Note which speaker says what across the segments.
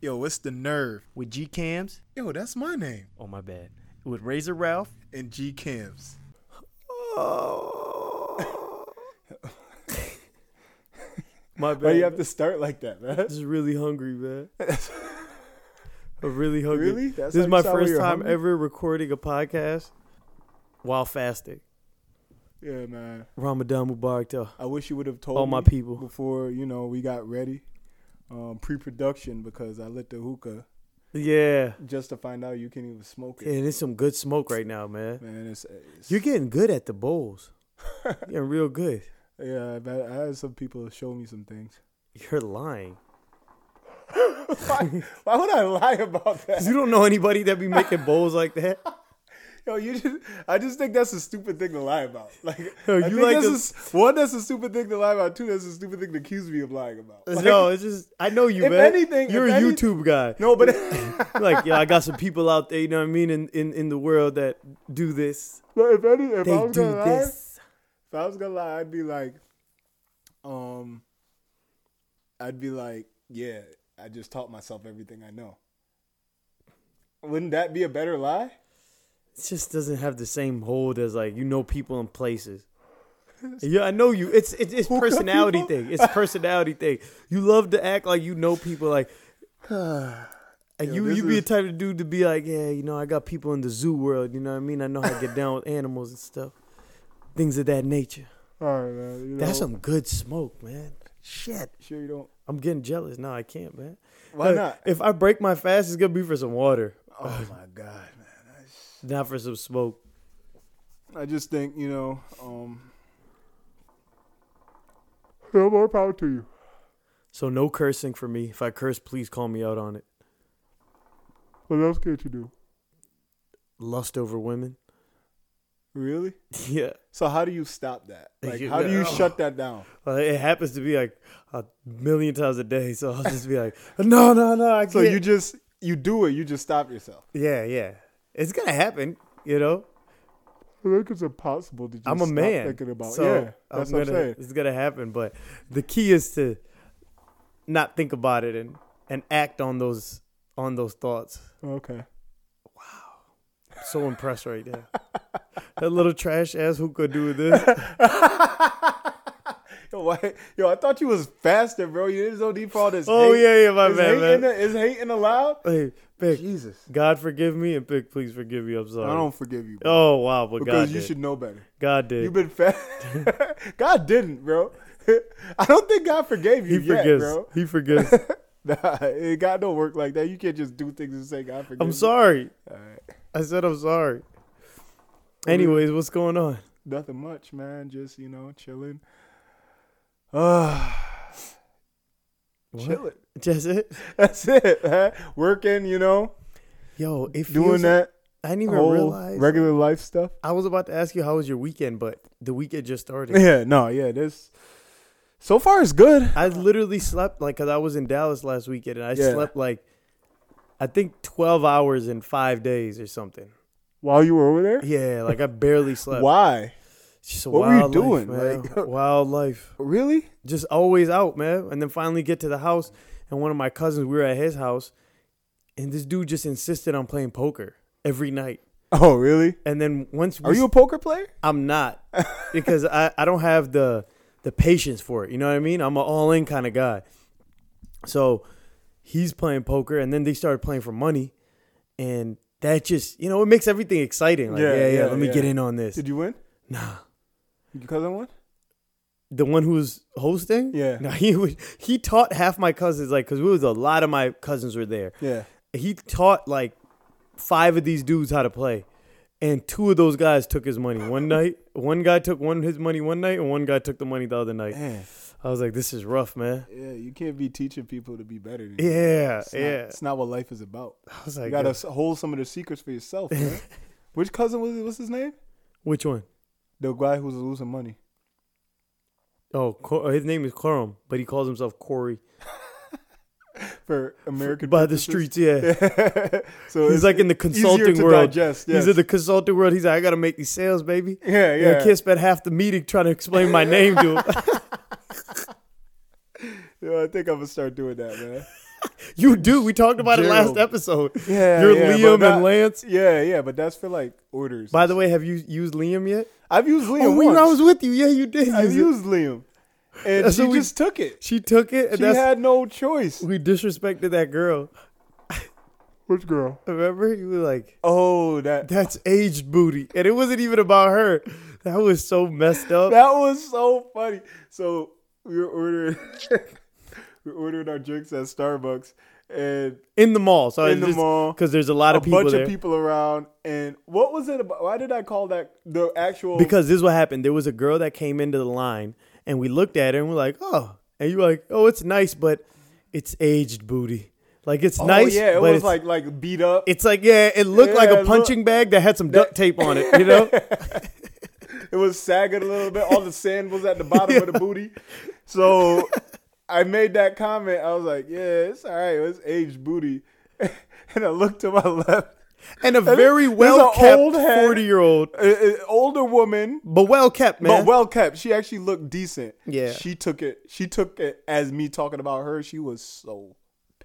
Speaker 1: Yo, it's the nerve.
Speaker 2: with G Cams.
Speaker 1: Yo, that's my name.
Speaker 2: Oh my bad. With Razor Ralph.
Speaker 1: And G Camps.
Speaker 2: My bad.
Speaker 3: Oh. Why do you have to start like that, man?
Speaker 2: I'm just really hungry, man. I'm really hungry.
Speaker 3: Really? That's how
Speaker 2: this is
Speaker 3: you
Speaker 2: my
Speaker 3: sound when
Speaker 2: first
Speaker 3: you're
Speaker 2: time
Speaker 3: hungry?
Speaker 2: ever recording a podcast while fasting.
Speaker 3: Yeah, man.
Speaker 2: Ramadan Mubarak to
Speaker 3: I wish you would have told
Speaker 2: all my
Speaker 3: me
Speaker 2: people.
Speaker 3: before you know we got ready, um, pre-production because I lit the hookah
Speaker 2: Yeah.
Speaker 3: just to find out you can't even smoke it.
Speaker 2: And it's some good smoke right now, man.
Speaker 3: Man, it's, it's
Speaker 2: You're getting good at the bowls. You're getting real good.
Speaker 3: yeah. I, bet- I had some people show me some things.
Speaker 2: You're lying.
Speaker 3: why, why would I lie about
Speaker 2: 'Cause
Speaker 3: that?
Speaker 2: You don't know anybody that be making bowls like that.
Speaker 3: Yo, you just I just think that's a stupid thing to lie about. Like, I
Speaker 2: Yo, you
Speaker 3: think
Speaker 2: like
Speaker 3: that's
Speaker 2: to-
Speaker 3: a s- one that's a stupid thing to lie about. Two, that's a stupid thing to accuse me of lying about. Like,
Speaker 2: no, it's just I know you,
Speaker 3: if
Speaker 2: man.
Speaker 3: anything-
Speaker 2: You're
Speaker 3: if
Speaker 2: a
Speaker 3: any-
Speaker 2: YouTube guy.
Speaker 3: no, but
Speaker 2: like, yeah, I got some people out there, you know what I mean, in, in, in the world that do this.
Speaker 3: But if any, if I
Speaker 2: They
Speaker 3: was
Speaker 2: do
Speaker 3: gonna lie, if
Speaker 2: this.
Speaker 3: I was gonna lie, I'd be like, um, I'd be like, yeah, I just taught myself everything I know. Wouldn't that be a better lie?
Speaker 2: It just doesn't have the same hold as like you know people and places. Yeah, I know you. It's it's, it's personality
Speaker 3: people?
Speaker 2: thing. It's personality thing. You love to act like you know people like And you
Speaker 3: this
Speaker 2: you be
Speaker 3: is-
Speaker 2: the type of dude to be like, yeah, you know, I got people in the zoo world. You know what I mean? I know how to get down with animals and stuff, things of that nature.
Speaker 3: All right, man. You
Speaker 2: That's
Speaker 3: know,
Speaker 2: some good smoke, man. Shit,
Speaker 3: sure you don't.
Speaker 2: I'm getting jealous. No, I can't, man.
Speaker 3: Why
Speaker 2: Look,
Speaker 3: not?
Speaker 2: If I break my fast, it's gonna be for some water,
Speaker 3: Oh my god, man.
Speaker 2: not for some smoke.
Speaker 3: I just think you know. um No more power to you.
Speaker 2: So no cursing for me. If I curse, please call me out on it.
Speaker 3: What else can't you do?
Speaker 2: Lust over women.
Speaker 3: Really?
Speaker 2: yeah,
Speaker 3: So how do you stop that? Like,
Speaker 2: You-
Speaker 3: how do you
Speaker 2: oh.
Speaker 3: shut that down?
Speaker 2: Well, it happens to be like a million times a day. So I'll just be like, no, no, no. I can't.
Speaker 3: So you just you do it. You just stop yourself.
Speaker 2: yeah, yeah. It's gonna happen. You know.
Speaker 3: I think it's impossible to just
Speaker 2: I'm a
Speaker 3: stop
Speaker 2: man.
Speaker 3: thinking about.
Speaker 2: so
Speaker 3: yeah, that's
Speaker 2: I'm
Speaker 3: what
Speaker 2: gonna,
Speaker 3: I'm saying.
Speaker 2: It's gonna happen, but the key is to not think about it and and act on those on those thoughts.
Speaker 3: Oh, Okay.
Speaker 2: So impressed right there. that little trash ass who could do this.
Speaker 3: Yo, why, yo, I thought you was faster, bro. You didn't no need for all this.
Speaker 2: Oh
Speaker 3: hate.
Speaker 2: yeah, yeah, my
Speaker 3: is
Speaker 2: bad, man.
Speaker 3: hating, Is hating allowed?
Speaker 2: hey, Vic,
Speaker 3: Jesus,
Speaker 2: God forgive me and Vic, please forgive me. I'm sorry.
Speaker 3: I don't forgive you bro,
Speaker 2: oh wow, but
Speaker 3: because
Speaker 2: God
Speaker 3: you
Speaker 2: did.
Speaker 3: should know better.
Speaker 2: God did.
Speaker 3: You've been fat. God didn't, bro. I don't think God forgave
Speaker 2: he
Speaker 3: you yet,
Speaker 2: forgives.
Speaker 3: bro.
Speaker 2: He forgives.
Speaker 3: Nah, it God don't work like that. You can't just do things and say God forgive.
Speaker 2: I'm
Speaker 3: me."
Speaker 2: sorry.
Speaker 3: All right.
Speaker 2: I said I'm sorry. Anyways, what's going on?
Speaker 3: Nothing much, man. Just you know, chilling. Ah,
Speaker 2: What?
Speaker 3: chilling.
Speaker 2: Just it.
Speaker 3: That's it, man. Working, you know,
Speaker 2: Yo, if
Speaker 3: doing that
Speaker 2: I didn't even
Speaker 3: whole
Speaker 2: realize.
Speaker 3: regular life stuff.
Speaker 2: I was about to ask you how was your weekend, but the weekend just started.
Speaker 3: Yeah, no, yeah. This so far is good.
Speaker 2: I literally slept like because I was in Dallas last weekend, and I
Speaker 3: Yeah.
Speaker 2: slept like I think twelve hours in five days or something.
Speaker 3: While you were over there,
Speaker 2: Yeah, like I barely slept.
Speaker 3: why?
Speaker 2: It's Just a
Speaker 3: What were you
Speaker 2: wild
Speaker 3: doing?
Speaker 2: Life, man.
Speaker 3: Like-
Speaker 2: wild life.
Speaker 3: Really?
Speaker 2: Just always out, man. And then finally get to the house, and one of my cousins, we were at his house, and this dude just insisted on playing poker every night.
Speaker 3: Oh, really?
Speaker 2: And then once we
Speaker 3: Are you a poker player?
Speaker 2: I'm not because I, I don't have the the patience for it. You know what I mean? I'm an all in kind of guy. So he's playing poker, and then they started playing for money, and that just you know it makes everything exciting. Like yeah,
Speaker 3: Yeah,
Speaker 2: yeah,
Speaker 3: yeah,
Speaker 2: let me
Speaker 3: yeah.
Speaker 2: get in on this.
Speaker 3: Did you win?
Speaker 2: Nah,
Speaker 3: Your cousin won.
Speaker 2: the one who was hosting.
Speaker 3: Yeah.
Speaker 2: nah, he was, he taught half my cousins like because it was a lot of my cousins were there.
Speaker 3: Yeah.
Speaker 2: He taught like five of these dudes how to play. And two of those guys took his money one night. One guy took one his money one night, and one guy took the money the other night.
Speaker 3: Man.
Speaker 2: I was like, this is rough, man.
Speaker 3: Yeah, you can't be teaching people to be better. Than you.
Speaker 2: Yeah,
Speaker 3: It's not,
Speaker 2: yeah.
Speaker 3: It's not what life is about.
Speaker 2: I was
Speaker 3: You
Speaker 2: like,
Speaker 3: gotta
Speaker 2: uh,
Speaker 3: s- hold some of the secrets for yourself. Man. Which cousin was? What's his name?
Speaker 2: which one?
Speaker 3: The guy who was losing money.
Speaker 2: Oh, Cor- his name is Corum, but he calls himself Corey.
Speaker 3: for American
Speaker 2: By the
Speaker 3: purposes.
Speaker 2: streets, yeah.
Speaker 3: so
Speaker 2: He's like in the
Speaker 3: easier
Speaker 2: consulting
Speaker 3: to
Speaker 2: world.
Speaker 3: digest,
Speaker 2: He's
Speaker 3: yes.
Speaker 2: in the consulting world. He's like, I gotta make these sales, baby.
Speaker 3: yeah,
Speaker 2: Yeah,
Speaker 3: yeah.
Speaker 2: I can't spend half the meeting trying to explain my name to him.
Speaker 3: Yo, I think I'm gonna start doing that, man.
Speaker 2: You do. We talked about it last
Speaker 3: Gerald.
Speaker 2: episode.
Speaker 3: Yeah,
Speaker 2: You're
Speaker 3: yeah, but
Speaker 2: Liam
Speaker 3: that-
Speaker 2: and Lance.
Speaker 3: Yeah, yeah, but that's for like orders.
Speaker 2: By the way, have you used Liam yet?
Speaker 3: I've used Liam.
Speaker 2: oh, when
Speaker 3: once.
Speaker 2: I was with you, yeah, you did.
Speaker 3: I've
Speaker 2: use
Speaker 3: used
Speaker 2: it.
Speaker 3: Liam, and
Speaker 2: That's
Speaker 3: she
Speaker 2: what we-
Speaker 3: just took it.
Speaker 2: She took it, and
Speaker 3: She
Speaker 2: that's
Speaker 3: had no choice.
Speaker 2: we disrespected that girl.
Speaker 3: Which girl?
Speaker 2: Remember, you were like,
Speaker 3: Oh, that that,
Speaker 2: "That's aged booty," and it wasn't even about her. That was so messed up.
Speaker 3: was so funny. So we were ordering, we were ordering our drinks at Starbucks, and
Speaker 2: in the mall. So
Speaker 3: In the mall.
Speaker 2: because there's a lot
Speaker 3: a
Speaker 2: of people
Speaker 3: bunch
Speaker 2: there.
Speaker 3: of people around. And what was it about? Why did I call that the actual?
Speaker 2: Because this is what happened. There was a girl that came into the line, and we looked at her and we're like, "Oh," and you're like, "Oh, it's nice, but it's aged booty. Like it's
Speaker 3: oh,
Speaker 2: nice,
Speaker 3: Yeah, it
Speaker 2: but
Speaker 3: was
Speaker 2: it's,
Speaker 3: like like beat up.
Speaker 2: it's like yeah, it looked like
Speaker 3: Yeah,
Speaker 2: a
Speaker 3: it
Speaker 2: punching bag that had some duct tape on it. You know,
Speaker 3: It was sagging a little bit. All the sand was at the bottom of the booty. So I made that comment. I was like, yeah, it's all right. It's aged booty. And I looked to my left.
Speaker 2: and a very well kept
Speaker 3: old head.
Speaker 2: forty year old,
Speaker 3: An older woman,
Speaker 2: but well kept man.
Speaker 3: but well kept. She actually looked decent.
Speaker 2: Yeah.
Speaker 3: She took it. She took it as me talking about her. She was so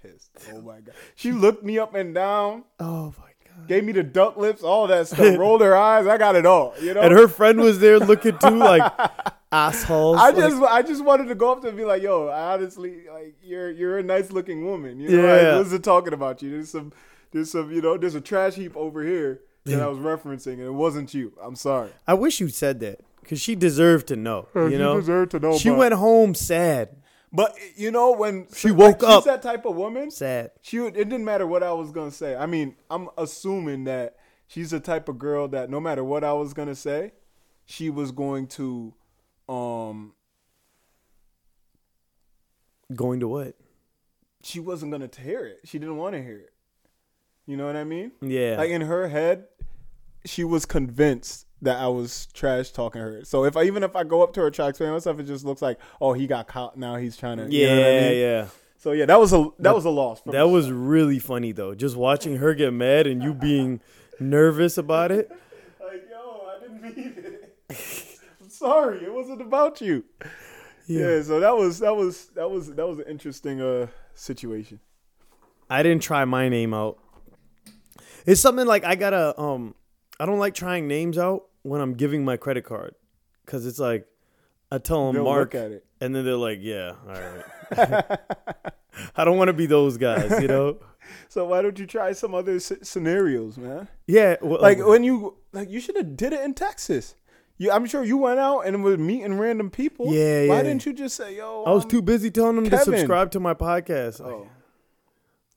Speaker 3: pissed. Oh my God. She looked me up and down,
Speaker 2: oh my god!
Speaker 3: gave me the duck lips, all that stuff, rolled her eyes. I got it all. You know?
Speaker 2: And her friend was there looking too, like assholes.
Speaker 3: I
Speaker 2: Like,
Speaker 3: just I just wanted to go up to her and be like, yo, I honestly like you're you're a nice looking woman. You know,
Speaker 2: Yeah.
Speaker 3: like, what's it talking about you? There's some there's some you know, there's a trash heap over here that I was referencing and it wasn't you. I'm sorry.
Speaker 2: I wish you said that because she deserved to know. You
Speaker 3: she
Speaker 2: know,
Speaker 3: deserved to know,
Speaker 2: She
Speaker 3: but-
Speaker 2: went home sad,
Speaker 3: But you know when
Speaker 2: She woke
Speaker 3: she's
Speaker 2: up.
Speaker 3: that type of woman.
Speaker 2: sad.
Speaker 3: She would, it didn't matter what I was gonna say. I mean, I'm assuming that she's the type of girl that no matter what I was gonna say, she was going to um
Speaker 2: Going to what?
Speaker 3: she wasn't gonna hear it. She didn't want to hear it. You know what I mean?
Speaker 2: Yeah.
Speaker 3: Like in her head, she was convinced that I was trash talking her. So if I even if I go up to her, try to explain myself, it just looks like, oh, he got caught. Now he's trying to.
Speaker 2: Yeah,
Speaker 3: You know what I mean?
Speaker 2: yeah.
Speaker 3: So yeah, that was a that was a loss. For
Speaker 2: That was really funny though. Just watching her get mad and you being nervous about it.
Speaker 3: like yo, I didn't mean it. I'm sorry, it wasn't about you. Yeah. So that was that was that was that was an interesting uh situation.
Speaker 2: I didn't try my name out. It's something like I gotta um I don't like trying names out when I'm giving my credit card cuz it's like I tell them
Speaker 3: They'll
Speaker 2: Mark
Speaker 3: look at it.
Speaker 2: and then they're like, "Yeah, all right." I don't want to be those guys, you know.
Speaker 3: So why don't you try some other sce- scenarios, man?
Speaker 2: Yeah, well,
Speaker 3: Like when you like you should have did it in Texas. You, I'm sure you went out and was meeting random people.
Speaker 2: Yeah,
Speaker 3: Why
Speaker 2: yeah.
Speaker 3: didn't you just say, "Yo"?
Speaker 2: I was
Speaker 3: I'm-
Speaker 2: too busy telling them
Speaker 3: um,
Speaker 2: to
Speaker 3: Kevin.
Speaker 2: subscribe to my podcast. Like,
Speaker 3: Oh.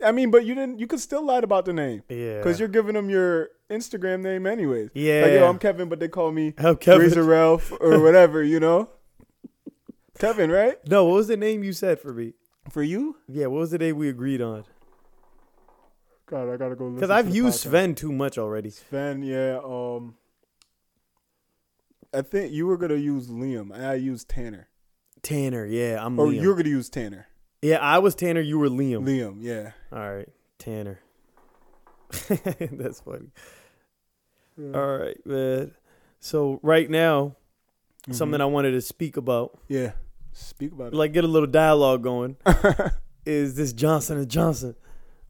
Speaker 3: I mean, but you didn't. You could still lie about the name.
Speaker 2: Yeah.
Speaker 3: Because you're giving them your Instagram name anyways. Like,
Speaker 2: Yeah.
Speaker 3: yo, I'm Kevin, but they call me
Speaker 2: I'm Kevin.
Speaker 3: Razor Ralph or whatever. You know. Kevin, right?
Speaker 2: No, what was the name you said for me?
Speaker 3: For you?
Speaker 2: Yeah, what was the name we agreed on?
Speaker 3: God, I gotta go.
Speaker 2: Because I've used Sven too much already.
Speaker 3: Sven, yeah. Um, I think you were gonna use Liam. and I used Tanner.
Speaker 2: Tanner, yeah, I'm
Speaker 3: Or
Speaker 2: Liam.
Speaker 3: Oh, you're gonna use Tanner.
Speaker 2: yeah, I was Tanner, you were Liam.
Speaker 3: Liam, yeah.
Speaker 2: All right, Tanner. That's funny. All right, man. So right now, something I wanted to speak about,
Speaker 3: Mm-hmm. Yeah. Speak about it.
Speaker 2: like get a little dialogue going, is this Johnson and Johnson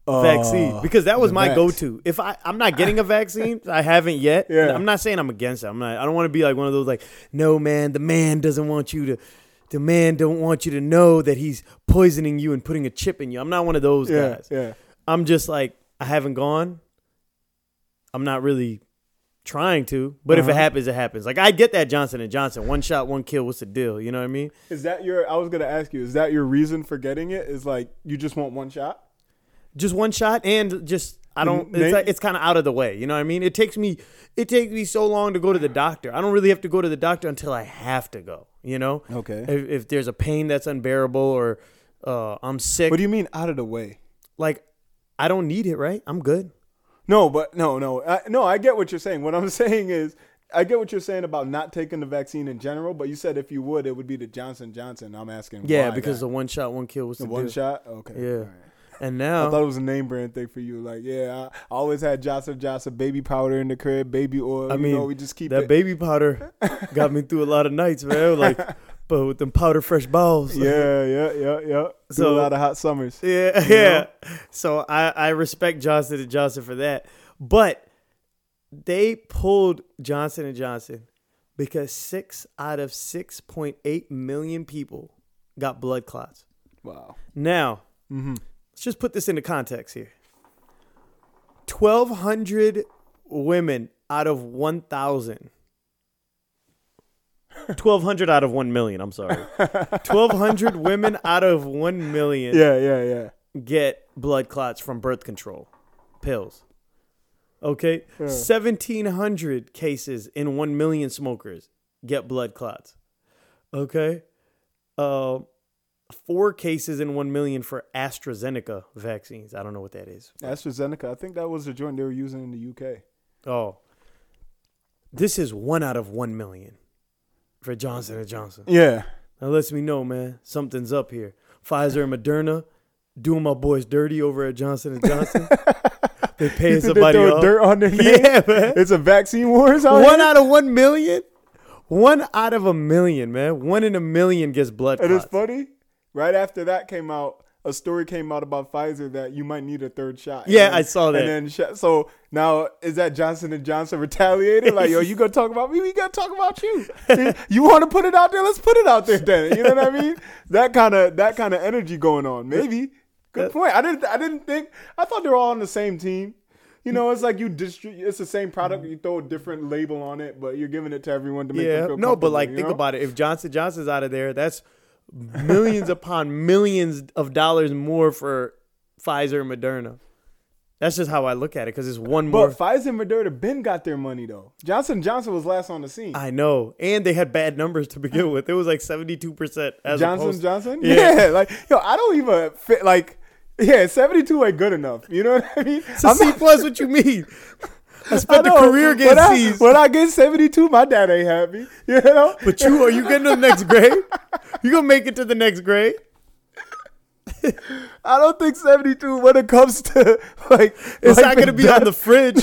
Speaker 3: Uh,
Speaker 2: vaccine because that was
Speaker 3: the
Speaker 2: my
Speaker 3: vax.
Speaker 2: go-to. If I I'm not getting a vaccine, I haven't yet.
Speaker 3: Yeah.
Speaker 2: I'm not saying I'm against it. I'm not. I don't want to be like one of those like, no man, the man doesn't want you to. The man don't want you to know that he's poisoning you and putting a chip in you. I'm not one of those
Speaker 3: Yeah,
Speaker 2: guys.
Speaker 3: yeah.
Speaker 2: I'm just like I haven't gone. I'm not really trying to, but
Speaker 3: Uh-huh.
Speaker 2: if it happens, it happens. Like I get that Johnson and Johnson, one shot, one kill. What's the deal? You know what I mean?
Speaker 3: Is that your? I was gonna ask you. Is that your reason for getting it? Is like you just want one shot?
Speaker 2: just one shot and just I don't. It's
Speaker 3: Nate-
Speaker 2: like, it's kind of out of the way. You know what I mean? It takes me it takes me so long to go to the doctor. I don't really have to go to the doctor until I have to go. You know?
Speaker 3: Okay.
Speaker 2: If, if there's a pain that's unbearable or uh, I'm sick,
Speaker 3: What do you mean out of the way?
Speaker 2: like I don't need it. Right? I'm good.
Speaker 3: No, but no, no, I, no. I get what you're saying. What I'm saying is, I get what you're saying about not taking the vaccine in general. But you said if you would, it would be the Johnson Johnson. I'm asking.
Speaker 2: Yeah,
Speaker 3: why
Speaker 2: because
Speaker 3: that?
Speaker 2: the one shot, one kill was the,
Speaker 3: one
Speaker 2: deal.
Speaker 3: shot. Okay.
Speaker 2: Yeah.
Speaker 3: all right.
Speaker 2: And
Speaker 3: I thought
Speaker 2: now,
Speaker 3: it was a name brand thing for you. Like, yeah, I, I always had Johnson Johnson baby powder in the crib, baby oil.
Speaker 2: I
Speaker 3: you
Speaker 2: mean,
Speaker 3: know, we just keep
Speaker 2: that
Speaker 3: it.
Speaker 2: baby powder got me through a lot of nights, man. Like but with them powder fresh balls.
Speaker 3: Yeah, yeah, yeah, yeah. So
Speaker 2: So-
Speaker 3: a lot of hot summers.
Speaker 2: Yeah, yeah. So I, I respect Johnson and Johnson for that, but they pulled Johnson and Johnson because six out of six point eight million people got blood clots.
Speaker 3: Wow.
Speaker 2: Now, let's just put this into context here. Twelve hundred women out of one thousand. 1200 out of 1 million, I'm sorry. 1200 women out of 1 million
Speaker 3: Yeah, yeah, yeah.
Speaker 2: get blood clots from birth control pills. Okay? 1700 cases in 1 million smokers get blood clots. Okay? Uh, four cases in 1 million for AstraZeneca vaccines. I don't know what that is.
Speaker 3: AstraZeneca. I think that was the joint they were using in the UK.
Speaker 2: Oh. This is 1 out of 1 million for Johnson & Johnson.
Speaker 3: Yeah.
Speaker 2: That lets me know, man, something's up here. Pfizer and Moderna doing my boys dirty over at Johnson and Johnson. they paying
Speaker 3: Did
Speaker 2: somebody
Speaker 3: they throw
Speaker 2: off.
Speaker 3: dirt on their Oh, name?
Speaker 2: Yeah, man.
Speaker 3: It's a vaccine wars out
Speaker 2: One
Speaker 3: here?
Speaker 2: out of one million. One out of a million, man. One in a million gets blood
Speaker 3: And it's
Speaker 2: clots.
Speaker 3: funny. Right after that came out, a story came out about Pfizer that you might need a third shot.
Speaker 2: Yeah,
Speaker 3: And
Speaker 2: I saw that.
Speaker 3: And then sh- so now is that Johnson and Johnson retaliated? Like, yo, you gonna talk about me? We gotta talk about you. you want to put it out there? Let's put it out there then. You know what I mean? That kind of that kind of energy going on. Maybe. Good point. I didn't. I didn't think. I thought they were all on the same team. You know, it's like you distribute. It's the same product. You throw a different label on it, but you're giving it to everyone to make them
Speaker 2: Yeah.
Speaker 3: feel
Speaker 2: No, but
Speaker 3: comfortable,
Speaker 2: like
Speaker 3: you
Speaker 2: think
Speaker 3: know?
Speaker 2: about it. If Johnson Johnson's out of there, that's millions upon millions of dollars more for Pfizer and Moderna. That's just how I look at it because it's one more.
Speaker 3: But Pfizer and Moderna Ben got their money though. Johnson Johnson was last on the scene.
Speaker 2: I know, and they had bad numbers to begin with. It was like seventy-two percent.
Speaker 3: Johnson
Speaker 2: opposed,
Speaker 3: Johnson.
Speaker 2: Yeah.
Speaker 3: Yeah. like yo, I don't even fit. Like, yeah, seventy two ain't good enough. You know what I mean?
Speaker 2: It's a C plus. What you mean?
Speaker 3: I
Speaker 2: I spent the
Speaker 3: know,
Speaker 2: career
Speaker 3: when
Speaker 2: getting
Speaker 3: I-
Speaker 2: C's.
Speaker 3: When I get seventy two, my dad ain't happy. You know.
Speaker 2: But you are you getting to the next grade? You gonna make it to the next grade?
Speaker 3: I don't think seventy two when it comes to like
Speaker 2: It's
Speaker 3: like
Speaker 2: not gonna be on the fridge,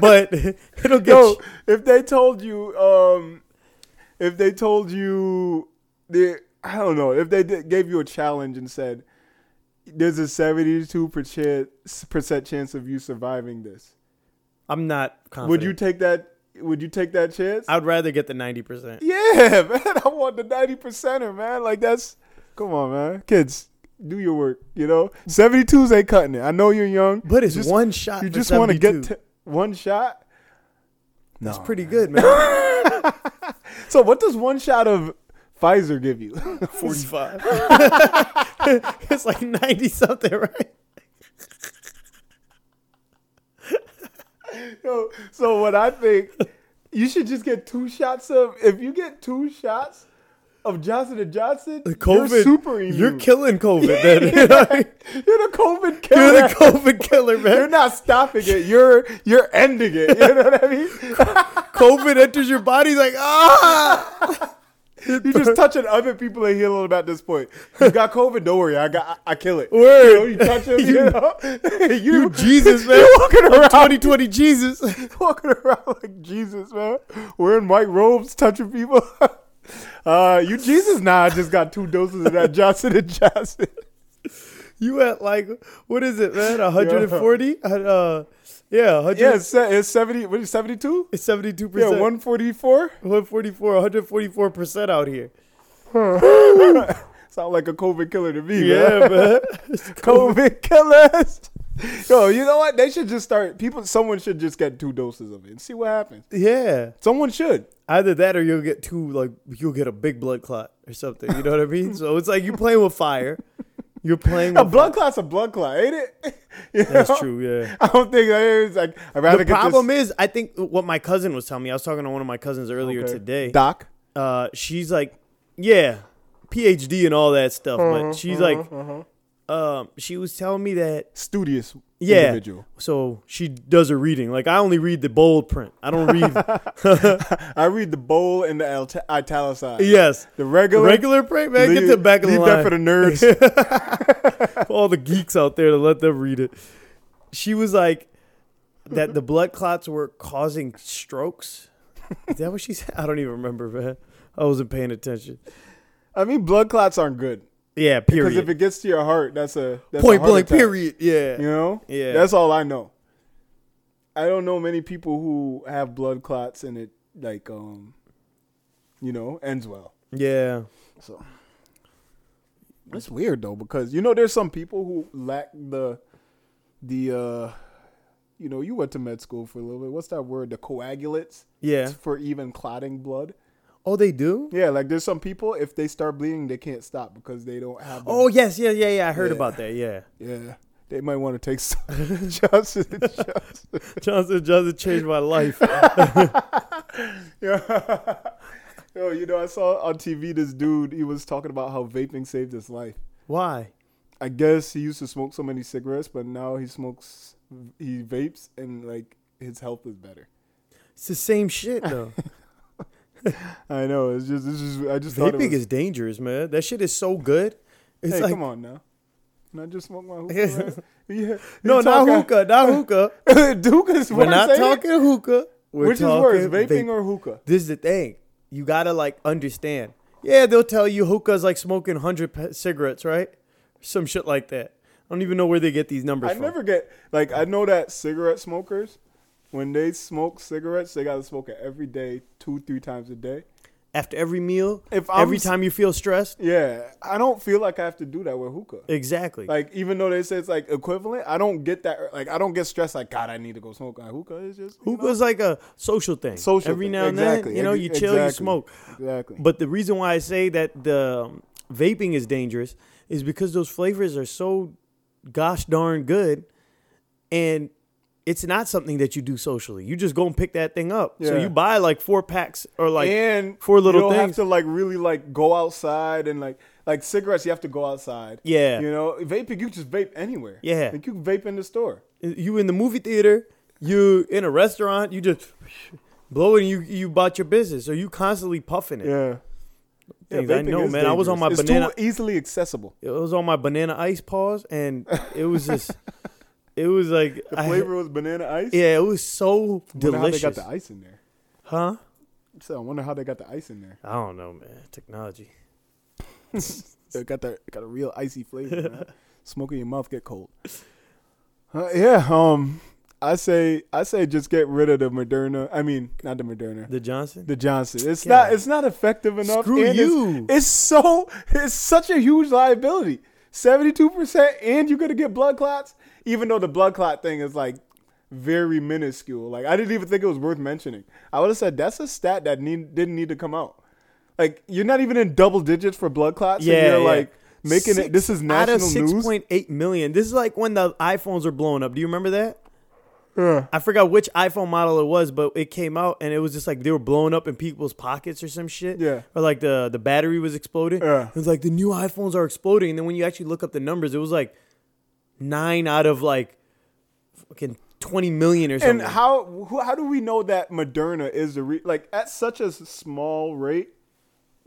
Speaker 2: but it'll get
Speaker 3: yo,
Speaker 2: you.
Speaker 3: if they told you, um, if they told you, the I don't know, if they did, gave you a challenge and said, "There's a seventy-two percent percent chance of you surviving this,"
Speaker 2: I'm not confident.
Speaker 3: would you take that? Would you take that chance?
Speaker 2: I would rather get the ninety percent.
Speaker 3: yeah, man, I want the ninety percenter, man. Like that's, come on, man, kids. Do your work, you know. Seventy twos ain't cutting it. I know you're young,
Speaker 2: But it's
Speaker 3: Just-
Speaker 2: one shot.
Speaker 3: You
Speaker 2: for
Speaker 3: just want to get
Speaker 2: 72.
Speaker 3: t- one shot. No,
Speaker 2: It's pretty good, man.
Speaker 3: So what does one shot of Pfizer give you?
Speaker 2: Forty-five. it's like ninety something, right?
Speaker 3: so, so what I think you should just get two shots of if you get two shots of Johnson and Johnson,
Speaker 2: The COVID.
Speaker 3: you're super immune.
Speaker 2: you're killing COVID. Then you know what I mean?
Speaker 3: You're the COVID
Speaker 2: you're
Speaker 3: killer.
Speaker 2: the COVID killer, man.
Speaker 3: You're not stopping it. You're you're ending it. You know what I mean?
Speaker 2: COVID enters your body like ah.
Speaker 3: You're just touching other people and healing them at this point. You got COVID, don't worry. I got I, I kill it. You, know,
Speaker 2: Word.
Speaker 3: you touch him, you,
Speaker 2: You-
Speaker 3: know.
Speaker 2: You Jesus, man.
Speaker 3: You're walking around
Speaker 2: 2020 Jesus.
Speaker 3: walking around like Jesus, man. Wearing white robes, touching people. Uh, you Jesus? Nah, I just got two doses of that Johnson and Johnson.
Speaker 2: You at like what is it, man? 140? Yeah, uh, yeah 100
Speaker 3: Yeah, it's, se- it's seventy. What is seventy two?
Speaker 2: 72%.
Speaker 3: Yeah, one forty four.
Speaker 2: 144, 144% out here.
Speaker 3: Sound like a COVID killer to me, man.
Speaker 2: Yeah, man.
Speaker 3: COVID killers. Yo, you know what? They should just start. People, someone should just get two doses of it and see what happens.
Speaker 2: yeah.
Speaker 3: Someone should.
Speaker 2: Either that or you'll get two like you'll get a big blood clot or something. You know what I mean? So it's like you're playing with fire. You're playing
Speaker 3: A
Speaker 2: with
Speaker 3: blood clot's a blood clot, ain't it? You know?
Speaker 2: That's true, yeah.
Speaker 3: I don't think that is like. I'd rather
Speaker 2: The
Speaker 3: get this-
Speaker 2: problem is, I think what my cousin was telling me, I was talking to one of my cousins earlier
Speaker 3: Okay.
Speaker 2: today.
Speaker 3: Doc.
Speaker 2: uh, she's like, yeah, PhD and all that stuff.
Speaker 3: Uh-huh,
Speaker 2: But she's like, um, she was telling me that,
Speaker 3: studious
Speaker 2: yeah.
Speaker 3: uh-huh. individual.
Speaker 2: So she does her reading. Like I only read the bold print. I don't read.
Speaker 3: I read the bold and the alt- italicized.
Speaker 2: yes,
Speaker 3: The regular.
Speaker 2: regular print, man.
Speaker 3: leave,
Speaker 2: Get to the back of the
Speaker 3: leave
Speaker 2: line.
Speaker 3: that for the nerds.
Speaker 2: for all the geeks out there to let them read it. She was like that the blood clots were causing strokes. Is that what she said? I don't even remember, man. I wasn't paying attention.
Speaker 3: I mean, blood clots aren't good
Speaker 2: Yeah,
Speaker 3: because if
Speaker 2: period.
Speaker 3: it gets to your heart, that's a that's a
Speaker 2: Point
Speaker 3: heart
Speaker 2: blank,
Speaker 3: attack,
Speaker 2: period. Yeah.
Speaker 3: You know,
Speaker 2: Yeah.
Speaker 3: That's all I know. I don't know many people who have blood clots and it like um, you know, ends well.
Speaker 2: Yeah.
Speaker 3: So it's weird though because you know there's some people who lack the the uh you know you went to med school for a little bit. What's that word? The coagulates
Speaker 2: Yeah.
Speaker 3: for even clotting blood.
Speaker 2: Oh, they do?
Speaker 3: Yeah, like there's some people if they start bleeding they can't stop because they don't have. the-
Speaker 2: Oh, yes. Yeah, yeah, yeah. I heard
Speaker 3: Yeah.
Speaker 2: about that. Yeah.
Speaker 3: yeah. They might want to take some Johnson and Johnson.
Speaker 2: Johnson Johnson changed my life.
Speaker 3: Yeah. Yo, you know I saw on TV this dude. He was talking about how vaping saved his life.
Speaker 2: Why?
Speaker 3: I guess he used to smoke so many cigarettes, but now he smokes, he vapes, and like his health is better.
Speaker 2: It's the same shit, though.
Speaker 3: I know. It's just, it's just. I just thought it
Speaker 2: Vaping
Speaker 3: was,
Speaker 2: is dangerous, man. That shit is so good. It's
Speaker 3: Hey,
Speaker 2: like
Speaker 3: come on now. Can I just smoke my hookah? right? yeah.
Speaker 2: no,
Speaker 3: You
Speaker 2: not
Speaker 3: talking-
Speaker 2: hookah, not hookah.
Speaker 3: Duke is
Speaker 2: We're
Speaker 3: what
Speaker 2: not
Speaker 3: I'm saying.
Speaker 2: talking hookah. We're
Speaker 3: Which
Speaker 2: talking
Speaker 3: is worse, vaping
Speaker 2: vape.
Speaker 3: or hookah?
Speaker 2: This is the thing. You gotta like understand. Yeah, they'll tell you hookah's like smoking hundred p- cigarettes, right? Some shit like that. I don't even know where they get these numbers
Speaker 3: I
Speaker 2: from.
Speaker 3: never get like I know that cigarette smokers, when they smoke cigarettes, they gotta smoke it every day, two three times a day.
Speaker 2: After every meal,
Speaker 3: If I'm
Speaker 2: every
Speaker 3: s-
Speaker 2: time you feel stressed,
Speaker 3: Yeah, I don't feel like I have to do that with hookah.
Speaker 2: exactly.
Speaker 3: Like even though they say it's like equivalent, I don't get that. Like I don't get stressed. Like God, I need to go smoke. Like, hookah is just you know,
Speaker 2: hookah's like a social thing.
Speaker 3: social.
Speaker 2: Every
Speaker 3: thing.
Speaker 2: now and
Speaker 3: exactly.
Speaker 2: then, you know,
Speaker 3: Ex-
Speaker 2: you chill, you
Speaker 3: exactly.
Speaker 2: smoke.
Speaker 3: Exactly.
Speaker 2: But the reason why I say that the um, vaping is dangerous is because those flavors are so gosh darn good, and it's not something that you do socially. You just go and pick that thing up. So
Speaker 3: Yeah.
Speaker 2: you buy like four packs or like
Speaker 3: and
Speaker 2: four little
Speaker 3: you don't
Speaker 2: things.
Speaker 3: have to like really like go outside and like like cigarettes. You have to go outside.
Speaker 2: Yeah.
Speaker 3: You know, vaping. You just vape anywhere.
Speaker 2: Yeah.
Speaker 3: Like you can vape in the store.
Speaker 2: you in the movie theater, you in a restaurant, you just blow it and you you bought your business. So you constantly puffing it.
Speaker 3: Yeah.
Speaker 2: Things I
Speaker 3: vaping
Speaker 2: know,
Speaker 3: is
Speaker 2: man. I was on my
Speaker 3: dangerous. it's
Speaker 2: banana-
Speaker 3: Too easily accessible.
Speaker 2: It was on my banana ice paws and it was just it was like
Speaker 3: The
Speaker 2: I-
Speaker 3: flavor was banana ice.
Speaker 2: yeah, it was so
Speaker 3: Wonder
Speaker 2: delicious.
Speaker 3: How they got the ice in there.
Speaker 2: huh?
Speaker 3: So I wonder how they got the ice in there.
Speaker 2: I don't know, man. Technology.
Speaker 3: They got the got a real icy flavor. man. Smoke in your mouth get cold. Uh, yeah. Um. I say I say just get rid of the Moderna. I mean, not the Moderna.
Speaker 2: The Johnson.
Speaker 3: The Johnson. It's
Speaker 2: Yeah.
Speaker 3: not. It's not effective enough.
Speaker 2: Screw
Speaker 3: and it's-
Speaker 2: you.
Speaker 3: It's, so. It's such a huge liability. Seventy-two percent, and you're gonna get blood clots. Even though the blood clot thing is like very minuscule. Like I didn't even think it was worth mentioning. I would have said that's a stat that need, didn't need to come out. Like you're not even in double digits for blood clots. and
Speaker 2: yeah,
Speaker 3: you're
Speaker 2: yeah.
Speaker 3: like making it. This is
Speaker 2: Six
Speaker 3: national
Speaker 2: out of six
Speaker 3: news.
Speaker 2: point eight million. This is like when the iPhones were blowing up. Do you remember that?
Speaker 3: Yeah.
Speaker 2: I forgot which iPhone model it was, but it came out and it was just like they were blowing up in people's pockets or some shit.
Speaker 3: Yeah.
Speaker 2: Or like the the battery was exploding.
Speaker 3: Yeah.
Speaker 2: It was like the new iPhones are exploding. And then when you actually look up the numbers, it was like nine out of like fucking twenty million or something.
Speaker 3: And how who, how do we know that Moderna is the re- like at such a s- small rate?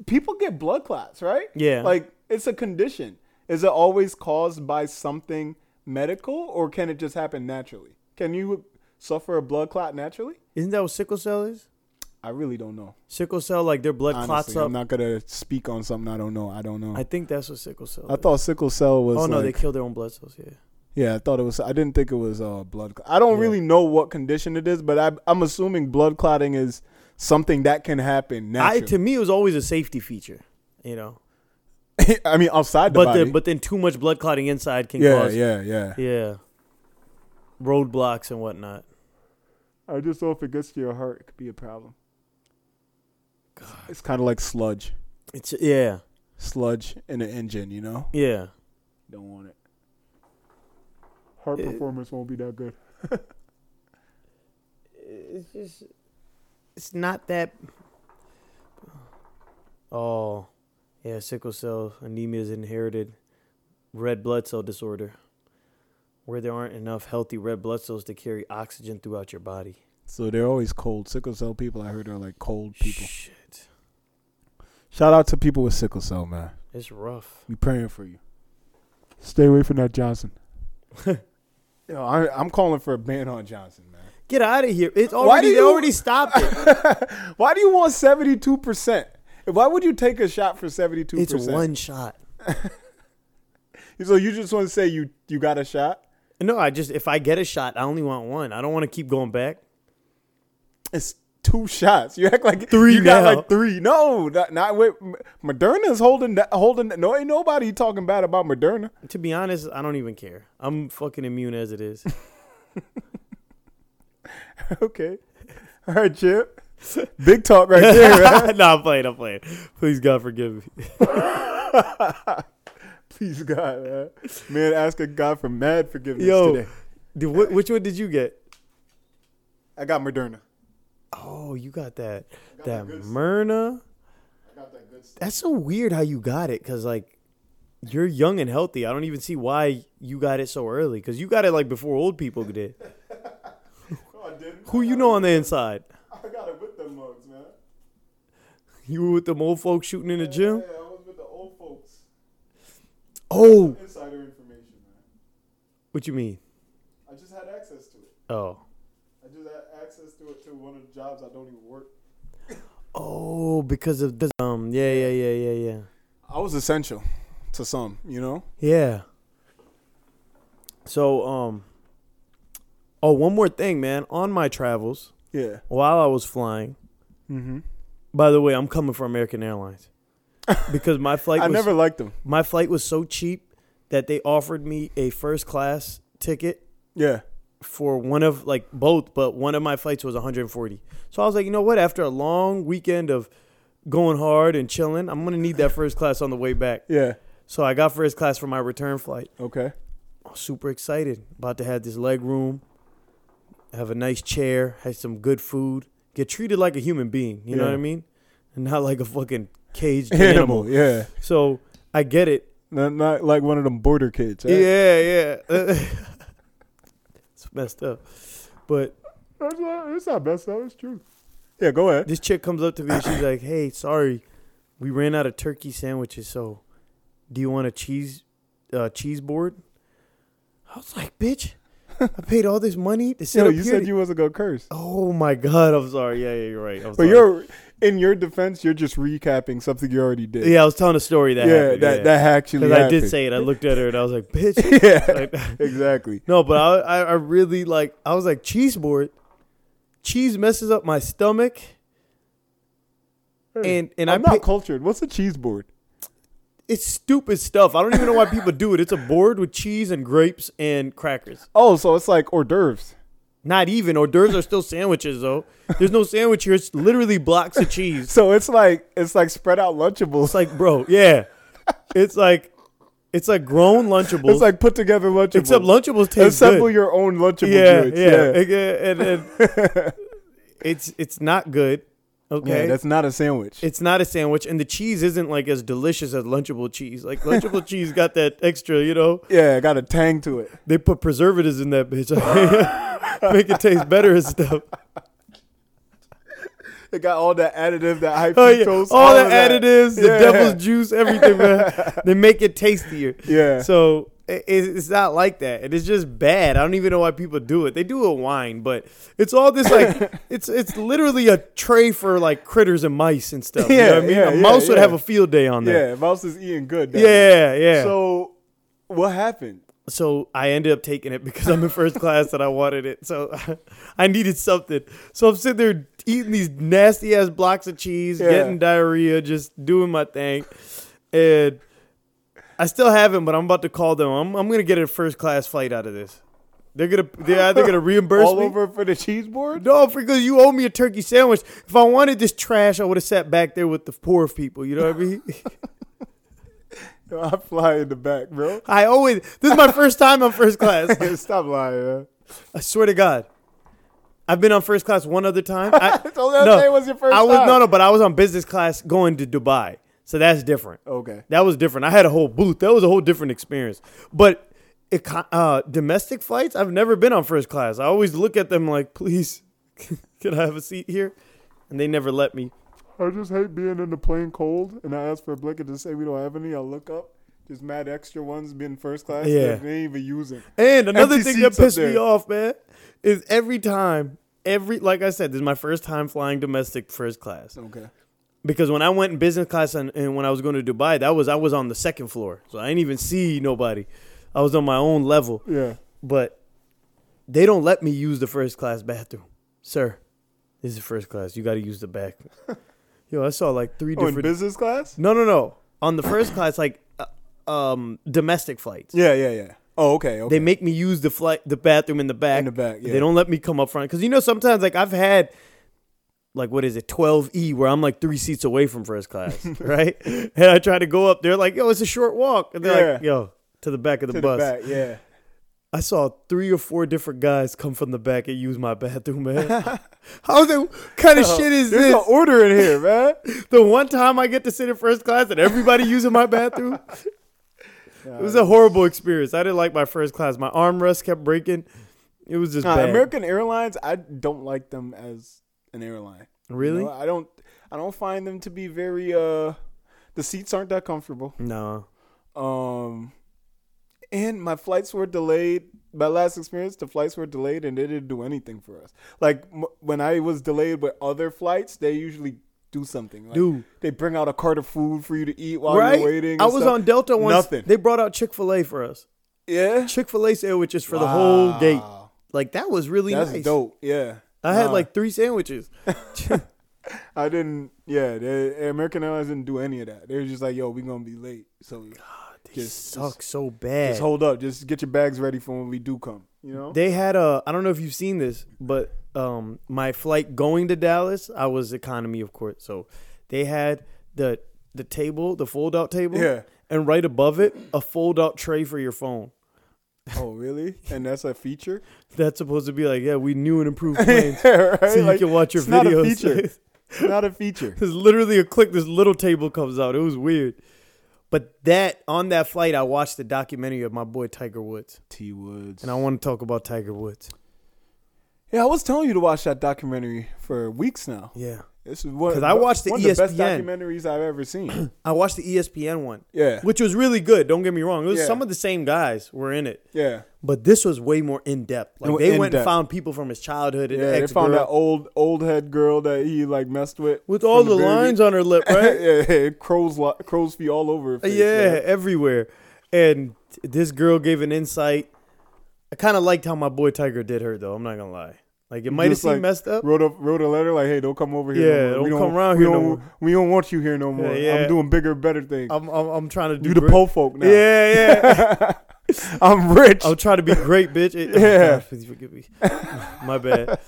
Speaker 3: People get blood clots, right?
Speaker 2: Yeah.
Speaker 3: like it's a condition. Is it always caused by something medical, or can it just happen naturally? Can you suffer a blood clot naturally?
Speaker 2: Isn't that what sickle cell is?
Speaker 3: I really don't know.
Speaker 2: Sickle cell, like their blood clots
Speaker 3: Honestly,
Speaker 2: up.
Speaker 3: I'm not gonna speak on something I don't know. I don't know.
Speaker 2: I
Speaker 3: I,
Speaker 2: think that's what sickle cell. is.
Speaker 3: thought sickle cell was.
Speaker 2: Oh no, they
Speaker 3: like-
Speaker 2: kill their own blood cells. Yeah.
Speaker 3: Yeah, I thought it was. I didn't think it was uh, blood. Cl- I don't
Speaker 2: Yeah.
Speaker 3: really know what condition it is, but I, I'm assuming blood clotting is something that can happen
Speaker 2: I
Speaker 3: naturally.
Speaker 2: to me it was always a safety feature, you know.
Speaker 3: I, mean, outside the
Speaker 2: But
Speaker 3: body.
Speaker 2: then but then too much blood clotting inside can
Speaker 3: yeah,
Speaker 2: cause
Speaker 3: yeah, yeah,
Speaker 2: yeah roadblocks and whatnot.
Speaker 3: I just know if it gets to your heart, it could be a problem. It's kind of like sludge,
Speaker 2: It's yeah
Speaker 3: sludge in an engine. You know,
Speaker 2: yeah.
Speaker 3: don't want it. Heart
Speaker 2: It-
Speaker 3: performance won't be that good.
Speaker 2: It's just it's not that. Oh, yeah. Sickle cell anemia is inherited red blood cell disorder, where there aren't enough healthy red blood cells to carry oxygen throughout your body.
Speaker 3: So they're always cold. Sickle cell people, I heard, are like cold people.
Speaker 2: Shit,
Speaker 3: Shout out to people with sickle cell, man.
Speaker 2: it's rough.
Speaker 3: We praying for you. Stay away from that Johnson. Yo, I, I'm calling for a ban on Johnson, man.
Speaker 2: Get out of here! It's
Speaker 3: do
Speaker 2: already they
Speaker 3: you-
Speaker 2: already stopped it.
Speaker 3: Why do you want 72 percent? Why would you take a shot for seventy two
Speaker 2: It's
Speaker 3: percent?
Speaker 2: one shot.
Speaker 3: So you just want to say you you got a shot?
Speaker 2: No, I just if I get a shot, I only want one. I don't want to keep going back.
Speaker 3: It's two shots. You act like
Speaker 2: Three
Speaker 3: You
Speaker 2: now.
Speaker 3: got like three. No, not, not with Moderna's holding that- holding. that- No, ain't nobody talking bad about Moderna.
Speaker 2: To be honest, I don't even care. I'm fucking immune as it is.
Speaker 3: Okay, all right, Chip. Big talk right there. man.
Speaker 2: nah, I'm playing. I'm playing. Please God forgive me.
Speaker 3: Please God, man. man, asking God for mad forgiveness
Speaker 2: Yo,
Speaker 3: today.
Speaker 2: dude, wh- which one did you get?
Speaker 3: I got Moderna.
Speaker 2: Oh, you got that that
Speaker 3: got the good stuff.
Speaker 2: Myrna.
Speaker 3: I got that good stuff.
Speaker 2: That's so weird how you got it, cause like you're young and healthy. I don't even see why you got it so early, cause you got it like before old people did.
Speaker 3: No, I didn't.
Speaker 2: Who you know on the inside?
Speaker 3: I got it with them mugs, man.
Speaker 2: You were with them old folks shooting in the gym.
Speaker 3: I was with the old folks.
Speaker 2: Oh,
Speaker 3: Insider information, man.
Speaker 2: what you mean?
Speaker 3: I just had access to it.
Speaker 2: Oh,
Speaker 3: I just had access to it to one of the jobs I don't even work.
Speaker 2: oh, because of this. Um, yeah, yeah, yeah, yeah, yeah,
Speaker 3: I was essential to some, you know.
Speaker 2: yeah. So, um, oh, one more thing, man. On my travels,
Speaker 3: Yeah.
Speaker 2: while I was flying,
Speaker 3: Mm-hmm.
Speaker 2: by the way, I'm coming from American Airlines because my flight.
Speaker 3: I
Speaker 2: was,
Speaker 3: never liked them.
Speaker 2: My flight was so cheap that they offered me a first class ticket
Speaker 3: Yeah.
Speaker 2: for one of like both, but one of my flights was 140. So I was like, you know what? After a long weekend of going hard and chilling, I'm gonna need that first class on the way back.
Speaker 3: Yeah.
Speaker 2: So I got first class for my return flight.
Speaker 3: Okay.
Speaker 2: I was super excited. About to have this leg room, have a nice chair, have some good food, get treated like a human being. You know
Speaker 3: Yeah.
Speaker 2: what I mean? And not like a fucking caged
Speaker 3: Animal.
Speaker 2: animal.
Speaker 3: Yeah.
Speaker 2: So I get it.
Speaker 3: Not, not like one of them border kids. Right?
Speaker 2: Yeah, yeah. it's messed up. But
Speaker 3: That's not, it's not best though. It's true. Yeah. Go ahead.
Speaker 2: this chick comes up to me and she's like, "Hey, sorry, we ran out of turkey sandwiches. So, do you want a cheese uh, cheese board?" I was like, "Bitch, I paid all this money to sit
Speaker 3: Yo,
Speaker 2: up
Speaker 3: you
Speaker 2: here."
Speaker 3: said you wasn't gonna curse.
Speaker 2: oh my god, I'm sorry. Yeah, yeah, you're right. I'm
Speaker 3: But
Speaker 2: sorry.
Speaker 3: you're in your defense, you're just recapping something you already did.
Speaker 2: yeah, I was telling a story that
Speaker 3: yeah,
Speaker 2: happened,
Speaker 3: that
Speaker 2: yeah.
Speaker 3: that actually.
Speaker 2: because I
Speaker 3: Happened.
Speaker 2: did say it. I looked at her and I was like, "Bitch."
Speaker 3: yeah,
Speaker 2: Like,
Speaker 3: exactly.
Speaker 2: No, but I, I, I really like. I was like cheese board. Cheese messes up my stomach. And and
Speaker 3: I'm
Speaker 2: I
Speaker 3: not
Speaker 2: pick-
Speaker 3: cultured. What's a cheese board?
Speaker 2: it's stupid stuff. I don't even know why people do it. It's a board with cheese and grapes and crackers.
Speaker 3: Oh, so it's like hors d'oeuvres.
Speaker 2: Not even hors d'oeuvres are still sandwiches though. There's no sandwich here. It's literally blocks of cheese.
Speaker 3: So it's like it's like spread out lunchables.
Speaker 2: It's like, bro, yeah. It's like it's like grown lunchables.
Speaker 3: It's like put together lunchables.
Speaker 2: except lunchables taste
Speaker 3: Assemble
Speaker 2: good.
Speaker 3: your own lunchable
Speaker 2: yeah,
Speaker 3: goods.
Speaker 2: yeah, yeah. And, and- it's it's not good. Okay.
Speaker 3: Yeah, that's not a sandwich.
Speaker 2: it's not a sandwich, and the cheese isn't like as delicious as Lunchable cheese. Like Lunchable cheese got that extra, you know.
Speaker 3: yeah, it got a tang to it.
Speaker 2: They put preservatives in that bitch, make it taste better and stuff.
Speaker 3: It got all that additive, that high fructose,
Speaker 2: Oh yeah, all, the
Speaker 3: of that.
Speaker 2: additives, the
Speaker 3: Yeah.
Speaker 2: devil's juice, everything, man. they make it tastier.
Speaker 3: Yeah.
Speaker 2: So it, it's not like that, and it's just bad. I don't even know why people do it. They do a wine, but it's all this like it's it's literally a tray for like critters and mice and stuff. you
Speaker 3: Yeah,
Speaker 2: know what I mean,
Speaker 3: yeah,
Speaker 2: a
Speaker 3: yeah,
Speaker 2: mouse would
Speaker 3: yeah.
Speaker 2: have a field day on that.
Speaker 3: yeah, mouse is eating good. that day.
Speaker 2: Yeah, yeah.
Speaker 3: So what happened?
Speaker 2: so I ended up taking it because I'm in first class and I wanted it. So I needed something. So I'm sitting there eating these nasty ass blocks of cheese,
Speaker 3: Yeah.
Speaker 2: getting diarrhea, just doing my thing. And I still haven't, but I'm about to call them. I'm, I'm gonna get a first class flight out of this. They're gonna they're either gonna reimburse
Speaker 3: All
Speaker 2: me.
Speaker 3: over for the cheese board?
Speaker 2: No, because you owe me a turkey sandwich. If I wanted this trash, I would have sat back there with the poor people. You know what I mean?
Speaker 3: Yo, I fly in the back, bro.
Speaker 2: I always this is my first time on first class.
Speaker 3: Stop lying, man.
Speaker 2: I swear to God. I've been on first class one other time. I,
Speaker 3: So that day was your first
Speaker 2: I was,
Speaker 3: time?
Speaker 2: No, no, but I was on business class going to Dubai. So that's different.
Speaker 3: Okay.
Speaker 2: That was different. I had a whole booth. That was a whole different experience. But it, co- uh, domestic flights, I've never been on first class. I always look at them like, please, can I have a seat here? And they never let me.
Speaker 3: I just hate being in the plane cold, and I ask for a blanket to say we don't have any. I look up, there's mad extra ones being first class.
Speaker 2: Yeah.
Speaker 3: Yeah, they ain't even using.
Speaker 2: And another
Speaker 3: Empty
Speaker 2: thing that
Speaker 3: seats up
Speaker 2: pissed me
Speaker 3: there.
Speaker 2: off, man, is every time, every, like I said, this is my first time flying domestic first class.
Speaker 3: Okay.
Speaker 2: because when I went in business class and, and when I was going to Dubai, that was I was on the second floor, so I didn't even see nobody. I was on my own level,
Speaker 3: Yeah.
Speaker 2: but they don't let me use the first class bathroom, sir. This is first class. You got to use the back. Yo, I saw like three
Speaker 3: Oh, in
Speaker 2: different.
Speaker 3: business class?
Speaker 2: no, no, no. On the first class, like uh, um, domestic flights.
Speaker 3: Yeah, yeah, yeah. Oh, okay. okay.
Speaker 2: They make me use the flight, the bathroom in the back.
Speaker 3: In the back, yeah.
Speaker 2: They don't let me come up front because you know sometimes like I've had, like what is it, twelve E, where I'm like three seats away from first class, right? And I try to go up. They're like, "Yo, it's a short walk," and they're like,
Speaker 3: Yeah.
Speaker 2: "Yo, to the back of the
Speaker 3: to
Speaker 2: bus."
Speaker 3: the back, yeah.
Speaker 2: I saw three or four different guys come from the back and use my bathroom, man. How the kind of shit is
Speaker 3: There's
Speaker 2: this?
Speaker 3: an order in here, man.
Speaker 2: the one time I get to sit in first class and everybody using my bathroom. It was a horrible experience. I didn't like my first class. My armrest kept breaking. It was just
Speaker 3: Nah,
Speaker 2: bad.
Speaker 3: American Airlines, I don't like them as an airline. You
Speaker 2: Really?
Speaker 3: know, I don't. I don't find them to be very. uh The seats aren't that comfortable.
Speaker 2: No.
Speaker 3: Um, and my flights were delayed. My last experience, the flights were delayed, and they didn't do anything for us. Like m- when I was delayed with other flights, they usually do something. Like,
Speaker 2: Dude.
Speaker 3: they bring out a cart of food for you to eat while
Speaker 2: right?
Speaker 3: you're waiting.
Speaker 2: I
Speaker 3: and
Speaker 2: was
Speaker 3: stuff.
Speaker 2: on Delta once.
Speaker 3: Nothing.
Speaker 2: They brought out Chick fil A for us.
Speaker 3: yeah,
Speaker 2: Chick fil A sandwiches for the whole gate.
Speaker 3: Wow.
Speaker 2: Like, that was really
Speaker 3: That's
Speaker 2: nice.
Speaker 3: dope. Yeah,
Speaker 2: I had
Speaker 3: Nah,
Speaker 2: like three sandwiches.
Speaker 3: I didn't. Yeah, the American Airlines didn't do any of that. They were just like, "Yo, we gonna be late, so
Speaker 2: They
Speaker 3: Just-
Speaker 2: suck so bad.
Speaker 3: just hold up, just get your bags ready for when we do come." You know?
Speaker 2: They had a. I don't know if you've seen this, but um, my flight going to Dallas, I was economy, of course. So they had the the table, the fold out table,
Speaker 3: Yeah.
Speaker 2: and right above it, a fold out tray for your phone.
Speaker 3: oh, really? And that's a feature.
Speaker 2: That's supposed to be like, yeah, we new and improved planes,
Speaker 3: right?
Speaker 2: so you
Speaker 3: Like,
Speaker 2: can watch your
Speaker 3: it's not a
Speaker 2: videos.
Speaker 3: feature. It's not a feature.
Speaker 2: There's literally a click. This little table comes out. It was weird, but that on that flight, I watched the documentary of my boy Tiger Woods,
Speaker 3: T Woods.
Speaker 2: and I want to talk about Tiger Woods.
Speaker 3: yeah, I was telling you to watch that documentary for weeks now.
Speaker 2: Yeah,
Speaker 3: This is one
Speaker 2: 'Cause I watched the E
Speaker 3: one of the best
Speaker 2: ESPN.
Speaker 3: documentaries I've ever seen.
Speaker 2: I watched the E ESPN one.
Speaker 3: yeah,
Speaker 2: which was really good. Don't get me wrong; it was
Speaker 3: Yeah.
Speaker 2: some of the same guys were in it,
Speaker 3: yeah,
Speaker 2: but this was way more in depth. Like
Speaker 3: It wa-
Speaker 2: they went and
Speaker 3: in-depth.
Speaker 2: found people from his childhood and
Speaker 3: yeah. They
Speaker 2: ex
Speaker 3: found that
Speaker 2: girl
Speaker 3: old old head girl that he like messed with
Speaker 2: with all
Speaker 3: from
Speaker 2: the
Speaker 3: very
Speaker 2: lines on her lip,
Speaker 3: yeah,
Speaker 2: right?
Speaker 3: yeah, it crows lo- crows feet all over. Her face,
Speaker 2: yeah,
Speaker 3: man.
Speaker 2: everywhere. And this girl gave an insight. I kind of liked how my boy Tiger did her, though. I'm not gonna lie; like it might have
Speaker 3: Just,
Speaker 2: seemed
Speaker 3: like,
Speaker 2: messed up.
Speaker 3: Wrote a wrote a letter like, "Hey, don't come over here. no
Speaker 2: Yeah,
Speaker 3: more.
Speaker 2: don't
Speaker 3: we
Speaker 2: come around
Speaker 3: we
Speaker 2: here no
Speaker 3: Don't,
Speaker 2: more."
Speaker 3: We don't want you here no more.
Speaker 2: yeah.
Speaker 3: I'm doing bigger, better things.
Speaker 2: I'm, I'm, I'm trying to do
Speaker 3: you the
Speaker 2: great.
Speaker 3: po folk now.
Speaker 2: Yeah, yeah.
Speaker 3: I'm rich.
Speaker 2: I'm trying to be great, bitch. It- oh,
Speaker 3: Yeah.
Speaker 2: God, please forgive me. My bad.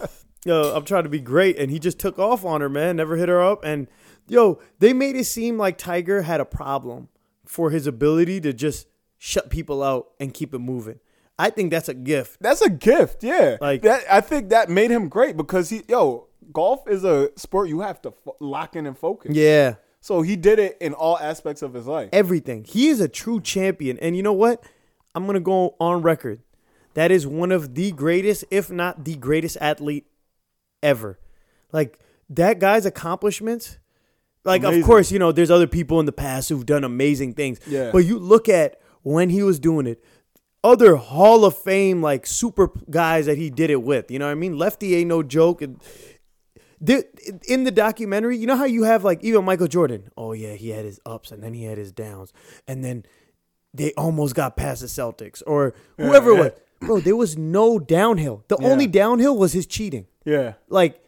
Speaker 2: Yo, I'm trying to be great, and he just took off on her, man. Never hit her up, and yo, they made it seem like Tiger had a problem for his ability to just shut people out and keep it moving. I think that's a gift.
Speaker 3: That's a gift, yeah.
Speaker 2: Like-
Speaker 3: Like that, I think that made him great because he, yo, golf is a sport you have to fo- lock in and focus.
Speaker 2: Yeah,
Speaker 3: So he did it in all aspects of his life.
Speaker 2: everything. He is a true champion, and you know what? I'm gonna go on record. That is one of the greatest, if not the greatest, athlete ever. Like that guy's accomplishments. Like of
Speaker 3: Amazing.
Speaker 2: course, you know, there's other people in the past who've done amazing things.
Speaker 3: Yeah.
Speaker 2: But you look at when he was doing it, other Hall of Fame like super p- guys that he did it with. You know what I mean? Lefty ain't no joke. And there, in the documentary, you know how you have like even Michael Jordan. Oh yeah, he had his ups and then he had his downs, and then they almost got past the Celtics or whoever it
Speaker 3: yeah.
Speaker 2: was. Bro, there was no downhill. The only downhill was his cheating.
Speaker 3: Yeah,
Speaker 2: Like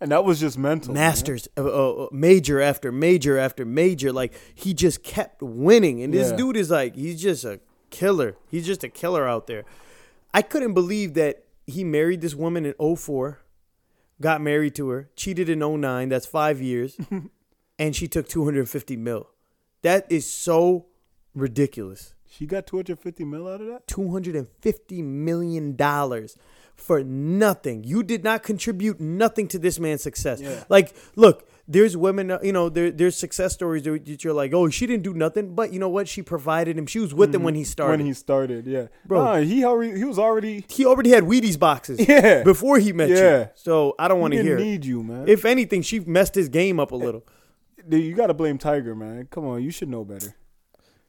Speaker 3: and that was just mental. man.
Speaker 2: masters, uh, uh, uh, major after major after major. Like he just kept winning, and this
Speaker 3: Yeah.
Speaker 2: dude is like he's just a killer. He's just a killer out there. I couldn't believe that he married this woman in 04, got married to her, cheated in 09. That's five years, and she took 250 mil. That is so ridiculous.
Speaker 3: She got 250 mil out of that.
Speaker 2: 250 million dollars for nothing. You did not contribute nothing to this man's success.
Speaker 3: Yeah.
Speaker 2: Like, look, there's women, uh, you know, there, there's success stories that that you're like, oh, she didn't do nothing, but you know what? She provided him. She was with him when he started.
Speaker 3: Mm-hmm. When he started, yeah,
Speaker 2: Bro.
Speaker 3: Nah, he already he was already.
Speaker 2: he already had Wheaties boxes
Speaker 3: Yeah.
Speaker 2: before he met you.
Speaker 3: Yeah.
Speaker 2: So I don't want
Speaker 3: he
Speaker 2: to
Speaker 3: didn't
Speaker 2: hear. it.
Speaker 3: need you, man.
Speaker 2: If anything, she messed his game up a little.
Speaker 3: Dude, you got to blame Tiger, man. Come on, you should know better.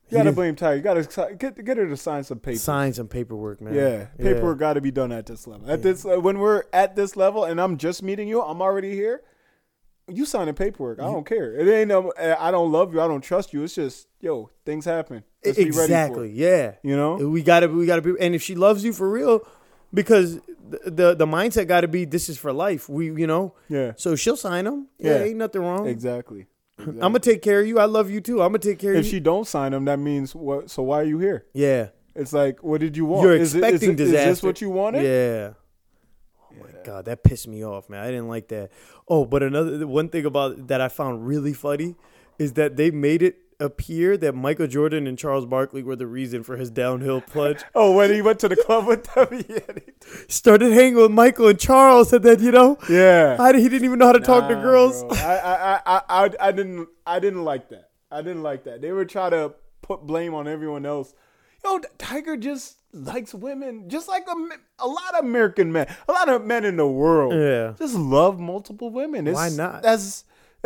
Speaker 3: You got to
Speaker 2: didn't-
Speaker 3: blame Tiger. You got to get get her to sign some papers.
Speaker 2: Sign some paperwork, man.
Speaker 3: Yeah, paperwork got to be done at this level. At this, uh, when we're at this level, and I'm just meeting you, I'm already here. you signing paperwork. I don't care. It ain't no. I don't love you. I don't trust you. It's just yo, things happen. Let's be ready for it.
Speaker 2: E, exactly. Yeah.
Speaker 3: You know.
Speaker 2: We gotta we gotta be and if she loves you for real, because the the, the mindset gotta be this is for life. We you know.
Speaker 3: Yeah.
Speaker 2: So she'll sign them. Yeah,
Speaker 3: Yeah.
Speaker 2: ain't nothing wrong.
Speaker 3: Exactly. exactly.
Speaker 2: I'm gonna take care of you. I love you too. I'm gonna take care
Speaker 3: if
Speaker 2: of
Speaker 3: she
Speaker 2: you.
Speaker 3: don't sign them, that means what? So why are you here?
Speaker 2: yeah.
Speaker 3: It's like, what did you want?
Speaker 2: You're
Speaker 3: Oh, Is it- is
Speaker 2: expecting
Speaker 3: it-
Speaker 2: disaster.
Speaker 3: Is this what you wanted?
Speaker 2: Yeah. Oh my god, that pissed me off, man. I didn't like that. Oh, but another the one thing about that I found really funny is that they made it appear that Michael Jordan and Charles Barkley were the reason for his downhill plunge.
Speaker 3: Oh, when he went to the club with them, yeah.
Speaker 2: Started hanging with Michael and Charles, and then you know,
Speaker 3: yeah.
Speaker 2: I, he didn't even know how to talk to
Speaker 3: Nah,
Speaker 2: girls.
Speaker 3: bro. I, I, I, I, I- I didn't, I didn't like that. I didn't like that. They were trying to put blame on everyone else. Yo, Tiger just likes women, just like a, ma- a lot of American men, a lot of men in the world.
Speaker 2: Yeah.
Speaker 3: just love multiple women. It's-
Speaker 2: Why not?
Speaker 3: That's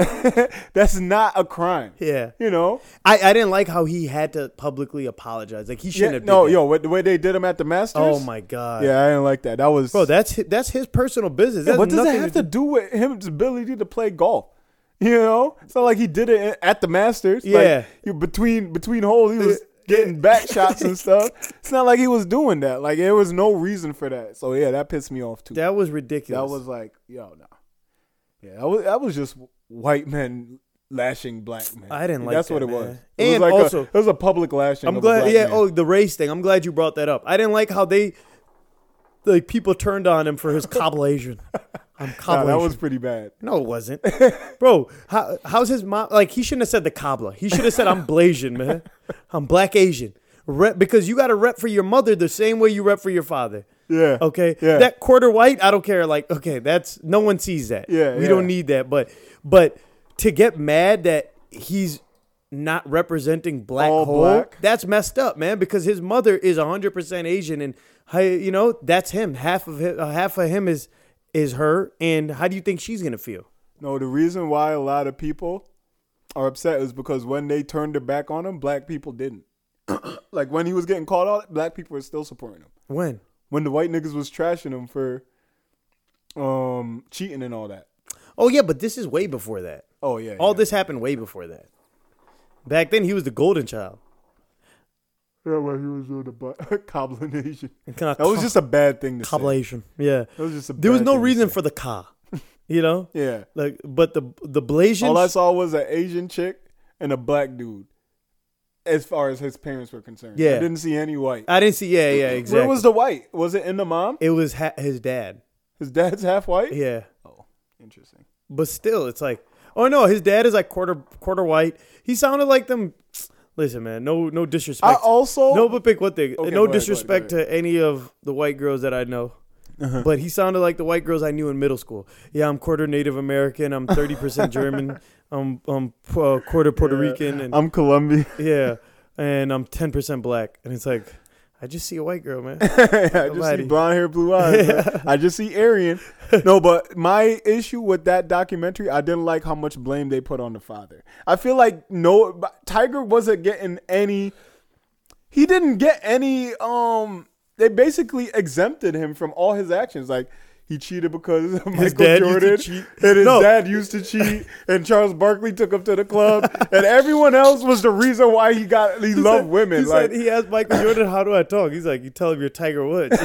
Speaker 3: that's not a crime.
Speaker 2: Yeah.
Speaker 3: you know.
Speaker 2: I, I didn't like how he had to publicly apologize. Like he shouldn't
Speaker 3: Yeah,
Speaker 2: have. did
Speaker 3: no,
Speaker 2: that.
Speaker 3: yo, what, the way they did him at the Masters.
Speaker 2: Oh my god.
Speaker 3: Yeah, I didn't like that. That was
Speaker 2: Bro, that's his, that's his personal business.
Speaker 3: Yeah,
Speaker 2: That
Speaker 3: what does
Speaker 2: nothing
Speaker 3: that have to do with him's ability to play golf? You know, it's not like he did it at the Masters. Like,
Speaker 2: Yeah.
Speaker 3: you between between holes, he was getting back shots and stuff. It's not like he was doing that. Like there was no reason for that. So yeah, that pissed me off too. That,
Speaker 2: That was ridiculous.
Speaker 3: was like, yo, no. Yeah, that was that was just white men lashing black men.
Speaker 2: I didn't like
Speaker 3: That's
Speaker 2: that,
Speaker 3: what it
Speaker 2: man.
Speaker 3: was. It
Speaker 2: And
Speaker 3: was like
Speaker 2: also-
Speaker 3: a, it was a public lashing.
Speaker 2: I'm
Speaker 3: of a
Speaker 2: glad.
Speaker 3: black
Speaker 2: Yeah.
Speaker 3: man.
Speaker 2: Oh, the race thing. I'm glad you brought that up. I didn't like how they, like, people turned on him for his Coblasian. I'm
Speaker 3: Nah,
Speaker 2: Coblasian.
Speaker 3: that was pretty bad.
Speaker 2: no, it wasn't, bro. How, how's his mom? Like, he shouldn't have said the cobbler. He should have said, "I'm Blasian, man. I'm Black Asian." Rep because you got to rep for your mother the same way you rep for your father.
Speaker 3: Yeah.
Speaker 2: Okay.
Speaker 3: Yeah.
Speaker 2: That quarter white, I don't care. Like, okay, that's no one sees that.
Speaker 3: Yeah,
Speaker 2: We
Speaker 3: yeah.
Speaker 2: don't need that. But but to get mad that he's not representing black
Speaker 3: All
Speaker 2: whole,
Speaker 3: black.
Speaker 2: that's messed up, man. Because his mother is hundred percent Asian, and hi- you know that's him. Half of him, uh, half of him is is her. And how do you think she's gonna feel?
Speaker 3: No, the reason why a lot of people are upset is because when they turned their back on him, black people didn't. like when he was getting called out, black people were still supporting him.
Speaker 2: When?
Speaker 3: When the white niggas was trashing him for um cheating and all that.
Speaker 2: Oh yeah, but this is way before that.
Speaker 3: Oh yeah.
Speaker 2: All
Speaker 3: yeah.
Speaker 2: this happened way before that. Back then, he was the golden child.
Speaker 3: Yeah, when he was doing the butt cobbling Asian.
Speaker 2: Kinda
Speaker 3: That was
Speaker 2: co-
Speaker 3: just a bad thing to say.
Speaker 2: coblation. Yeah.
Speaker 3: That was just a
Speaker 2: there was
Speaker 3: bad
Speaker 2: no
Speaker 3: thing to
Speaker 2: reason
Speaker 3: say.
Speaker 2: for the ka, you know.
Speaker 3: Yeah.
Speaker 2: Like, but the the Blasians.
Speaker 3: All I saw was an Asian chick and a black dude. As far as his parents were concerned. I
Speaker 2: Yeah.
Speaker 3: didn't see any white.
Speaker 2: I didn't see. Yeah, yeah, exactly.
Speaker 3: Where was the white? Was it in the mom?
Speaker 2: it was ha- his dad.
Speaker 3: His dad's half white?
Speaker 2: Yeah,
Speaker 3: Oh, interesting.
Speaker 2: but still, it's like, oh no, his dad is like quarter quarter white. He sounded like them. Listen, man, no no disrespect.
Speaker 3: I also
Speaker 2: no, but pick one thing.
Speaker 3: Oh. Okay, go
Speaker 2: no
Speaker 3: ahead, go ahead, go
Speaker 2: disrespect to any of the white girls that I know.
Speaker 3: Uh-huh.
Speaker 2: But he sounded like the white girls I knew in middle school. Yeah, I'm quarter Native American. I'm 30% German. I'm, I'm uh, quarter Puerto Rican. And
Speaker 3: I'm Colombian.
Speaker 2: yeah, and I'm ten percent black, and it's like I just see a white girl, man.
Speaker 3: I just see
Speaker 2: Alrighty.
Speaker 3: blonde hair, blue eyes. man. I just see Aryan. No, but my issue with that documentary, I didn't like how much blame they put on the father. I feel like no but Tiger wasn't getting any. He didn't get any. Um, they basically exempted him from all his actions, like. He cheated because Michael
Speaker 2: dad used to
Speaker 3: Jordan
Speaker 2: cheat.
Speaker 3: and his
Speaker 2: No.
Speaker 3: dad used to cheat, and Charles Barkley took him to the club, and everyone else was the reason why he got he, loved
Speaker 2: said-
Speaker 3: women.
Speaker 2: He
Speaker 3: like
Speaker 2: said he asked Michael Jordan, "How do I talk?" He's like, "You tell him you're Tiger Woods."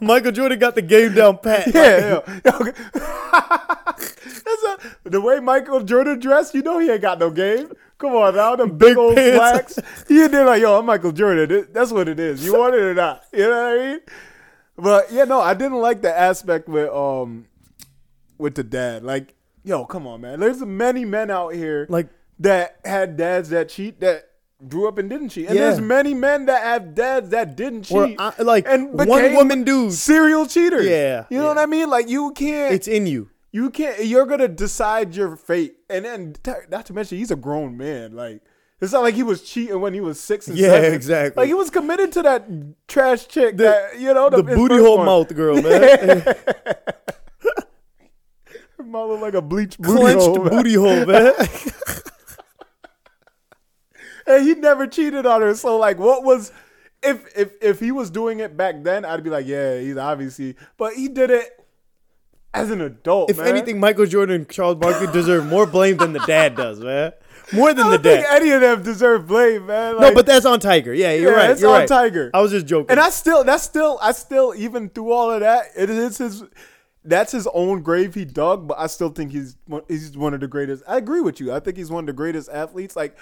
Speaker 2: Michael Jordan got the game down pat.
Speaker 3: Yeah, yeah. Okay. That's a, the way Michael Jordan dressed, you know he ain't got no game. Come on now, the big,
Speaker 2: Big
Speaker 3: old
Speaker 2: pants.
Speaker 3: slacks. He in there like, yo, I'm Michael Jordan. It- That's what it is. You want it or not? You know what I mean? But yeah, no, I didn't like the aspect with um with the dad. Like, yo, come on, man. There's many men out here
Speaker 2: Like-
Speaker 3: that had dads that cheat that grew up and didn't cheat, and
Speaker 2: Yeah.
Speaker 3: there's many men that have dads that didn't cheat,
Speaker 2: Or, uh, like, one
Speaker 3: became
Speaker 2: woman dude.
Speaker 3: serial cheaters.
Speaker 2: Yeah,
Speaker 3: you know what I
Speaker 2: yeah.
Speaker 3: I mean, like you can't.
Speaker 2: it's in you.
Speaker 3: you can't. You're gonna decide your fate, and then not to mention he's a grown man. Like it's not like he was cheating when he was six and
Speaker 2: Yeah,
Speaker 3: seven.
Speaker 2: exactly.
Speaker 3: Like he was committed to that trash chick. that you know
Speaker 2: The
Speaker 3: his
Speaker 2: booty
Speaker 3: first
Speaker 2: hole
Speaker 3: one.
Speaker 2: mouth girl, man.
Speaker 3: Her mouth looked like a bleach booty
Speaker 2: Clenched
Speaker 3: hole. man.
Speaker 2: booty hole, man.
Speaker 3: And he never cheated on her. So like, what was? If, if if he was doing it back then, I'd be like, yeah, he's obviously. But he did it as an adult.
Speaker 2: If
Speaker 3: man.
Speaker 2: anything, Michael Jordan and Charles Barkley deserve more blame than the dad does, man. More
Speaker 3: I
Speaker 2: than the
Speaker 3: don't think
Speaker 2: dad.
Speaker 3: any of them deserve blame, man.
Speaker 2: No,
Speaker 3: Like,
Speaker 2: but that's on Tiger. Yeah, you're
Speaker 3: Yeah,
Speaker 2: right.
Speaker 3: it's
Speaker 2: you're
Speaker 3: on
Speaker 2: right.
Speaker 3: Tiger.
Speaker 2: I was just joking.
Speaker 3: and I still, that's still, I still, even through all of that, it is his. That's his own grave he dug, but I still think he's one- he's one of the greatest. I agree with you. I think he's one of the greatest athletes. Like,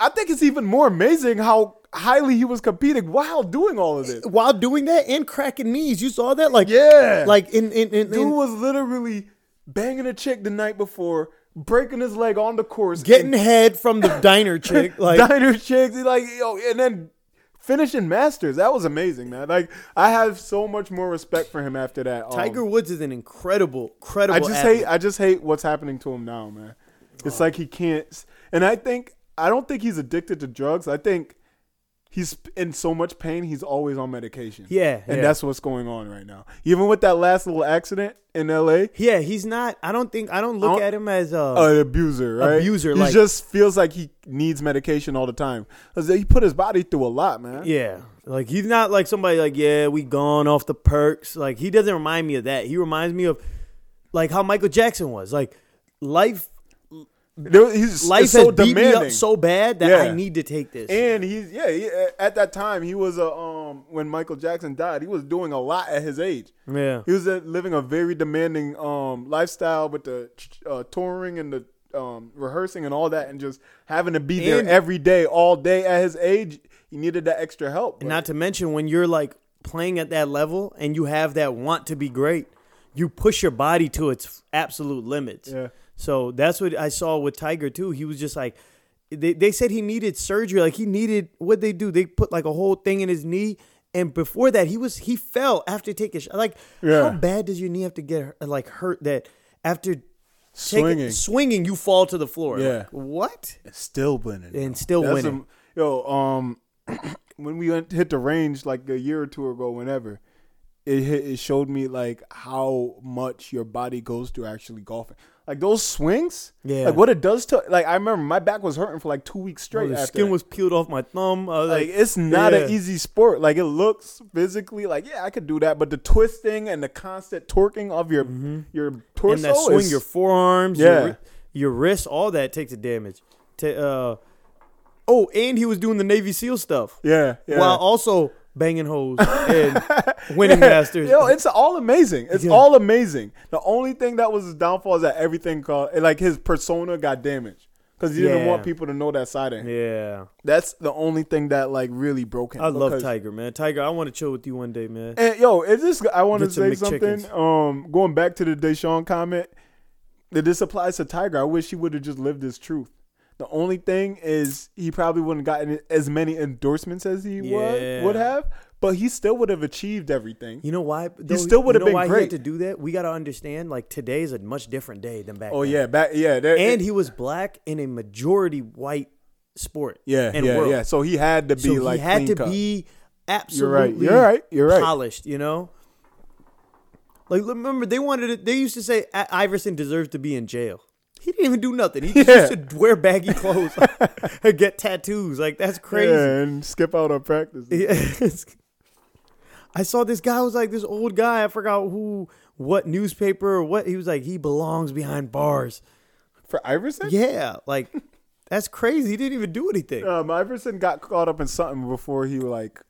Speaker 3: I think it's even more amazing how highly he was competing while doing all of this.
Speaker 2: while doing that and cracking knees, you saw that, like
Speaker 3: Yeah.
Speaker 2: like in in in,
Speaker 3: Dude
Speaker 2: in
Speaker 3: was literally banging a chick the night before, breaking his leg on the course,
Speaker 2: getting
Speaker 3: and
Speaker 2: head from the diner chick, like
Speaker 3: diner chicks. He like yo, and then finishing masters. That was amazing, man. Like I have so much more respect for him after that. Um,
Speaker 2: Tiger Woods is an incredible, credible.
Speaker 3: I just
Speaker 2: athlete.
Speaker 3: hate. I just hate what's happening to him now, man. It's like he can't. And I think I don't think he's addicted to drugs. I think he's in so much pain. He's always on medication.
Speaker 2: Yeah,
Speaker 3: and
Speaker 2: yeah.
Speaker 3: that's what's going on right now. Even with that last little accident in L.A.
Speaker 2: Yeah, he's not. I don't think. I don't look
Speaker 3: don't-
Speaker 2: at him as uh,
Speaker 3: an abuser, right?
Speaker 2: Abuser,
Speaker 3: He
Speaker 2: like-
Speaker 3: just feels like he needs medication all the time. 'Cause He put his body through a lot, man.
Speaker 2: Yeah. Like he's not like somebody like, yeah, we gone off the perks. Like he doesn't remind me of that. He reminds me of like how Michael Jackson was. Like life
Speaker 3: There- he's life
Speaker 2: life has
Speaker 3: so
Speaker 2: beat
Speaker 3: demanding.
Speaker 2: me up so bad that I
Speaker 3: Yeah.
Speaker 2: need to take this.
Speaker 3: and he's yeah. He, at that time, he was a um when Michael Jackson died, he was doing a lot at his age.
Speaker 2: yeah.
Speaker 3: He was uh, living a very demanding um lifestyle with the uh, touring and the um rehearsing and all that, and just having to be
Speaker 2: And-
Speaker 3: there every day, all day at his age. He needed that extra help.
Speaker 2: And
Speaker 3: but-
Speaker 2: not to mention when you're like playing at that level and you have that want to be great, you push your body to its absolute limits.
Speaker 3: Yeah.
Speaker 2: So that's what I saw with Tiger too. He was just like they, they said he needed surgery. Like he needed what they do. They put like a whole thing in his knee. And before that, he was he fell after taking a shot. Like
Speaker 3: Yeah.
Speaker 2: how bad does your knee have to get like hurt that after taking-
Speaker 3: Swinging.
Speaker 2: swinging you fall to the floor?
Speaker 3: Yeah.
Speaker 2: Like, what?
Speaker 3: still winning
Speaker 2: And still
Speaker 3: That's
Speaker 2: winning.
Speaker 3: a- yo, um, when we went, hit the range like a year or two ago, whenever it hit, it showed me like how much your body goes through actually golfing. Like those swings,
Speaker 2: Yeah.
Speaker 3: Like what it does to like I remember my back was hurting for like two weeks straight.
Speaker 2: the
Speaker 3: after
Speaker 2: skin
Speaker 3: that.
Speaker 2: was peeled off my thumb. I was
Speaker 3: like
Speaker 2: like,
Speaker 3: it's not
Speaker 2: Yeah.
Speaker 3: an easy sport. Like it looks physically like yeah I could do that, but the twisting and the constant torquing of your your torso
Speaker 2: Mm-hmm. and that swing,
Speaker 3: is
Speaker 2: your forearms,
Speaker 3: Yeah.
Speaker 2: your, your wrist, all that takes a damage. Ta- uh, oh, and he was doing the Navy SEAL stuff
Speaker 3: yeah, yeah.
Speaker 2: while also banging hoes and winning
Speaker 3: Yeah.
Speaker 2: masters.
Speaker 3: Yo, it's all amazing. It's
Speaker 2: Yeah.
Speaker 3: all amazing. The only thing that was his downfall is that everything called like his persona got damaged because he
Speaker 2: Yeah.
Speaker 3: didn't want people to know that side of him.
Speaker 2: yeah,
Speaker 3: That's the only thing that like really broke him.
Speaker 2: I love
Speaker 3: because-
Speaker 2: Tiger, man. Tiger, I want to chill with you one day, man.
Speaker 3: And yo, is this? I want to
Speaker 2: Get some
Speaker 3: say something.
Speaker 2: McChickens.
Speaker 3: Um, going back to the Deshaun comment, that this applies to Tiger. I wish he would have just lived his truth. The only thing is, he probably wouldn't gotten as many endorsements as he
Speaker 2: Yeah.
Speaker 3: would would have, but he still would have achieved everything.
Speaker 2: You know why? though,
Speaker 3: still
Speaker 2: you
Speaker 3: would've
Speaker 2: know
Speaker 3: been
Speaker 2: why He had
Speaker 3: great.
Speaker 2: to do that. We got to understand, like today is a much different day than back.
Speaker 3: Oh
Speaker 2: then.
Speaker 3: yeah, back yeah, there,
Speaker 2: and he was black in a majority white sport.
Speaker 3: Yeah,
Speaker 2: and
Speaker 3: yeah,
Speaker 2: world.
Speaker 3: yeah. So he had to be
Speaker 2: so
Speaker 3: like
Speaker 2: he had
Speaker 3: clean
Speaker 2: to
Speaker 3: cut.
Speaker 2: be
Speaker 3: You're right.
Speaker 2: absolutely
Speaker 3: You're right. You're right.
Speaker 2: polished, you know? Like remember they wanted it they used to say "I- Iverson deserves to be in jail. He didn't even do nothing. He
Speaker 3: Yeah.
Speaker 2: just used to wear baggy clothes and get tattoos. Like that's crazy.
Speaker 3: Yeah, and skip out on practice.
Speaker 2: Yes. I saw this guy was like this old guy, I forgot who what newspaper or what he was like he belongs behind bars.
Speaker 3: For Iverson?
Speaker 2: Yeah, like that's crazy. He didn't even do anything.
Speaker 3: Um, Iverson got caught up in something before he like,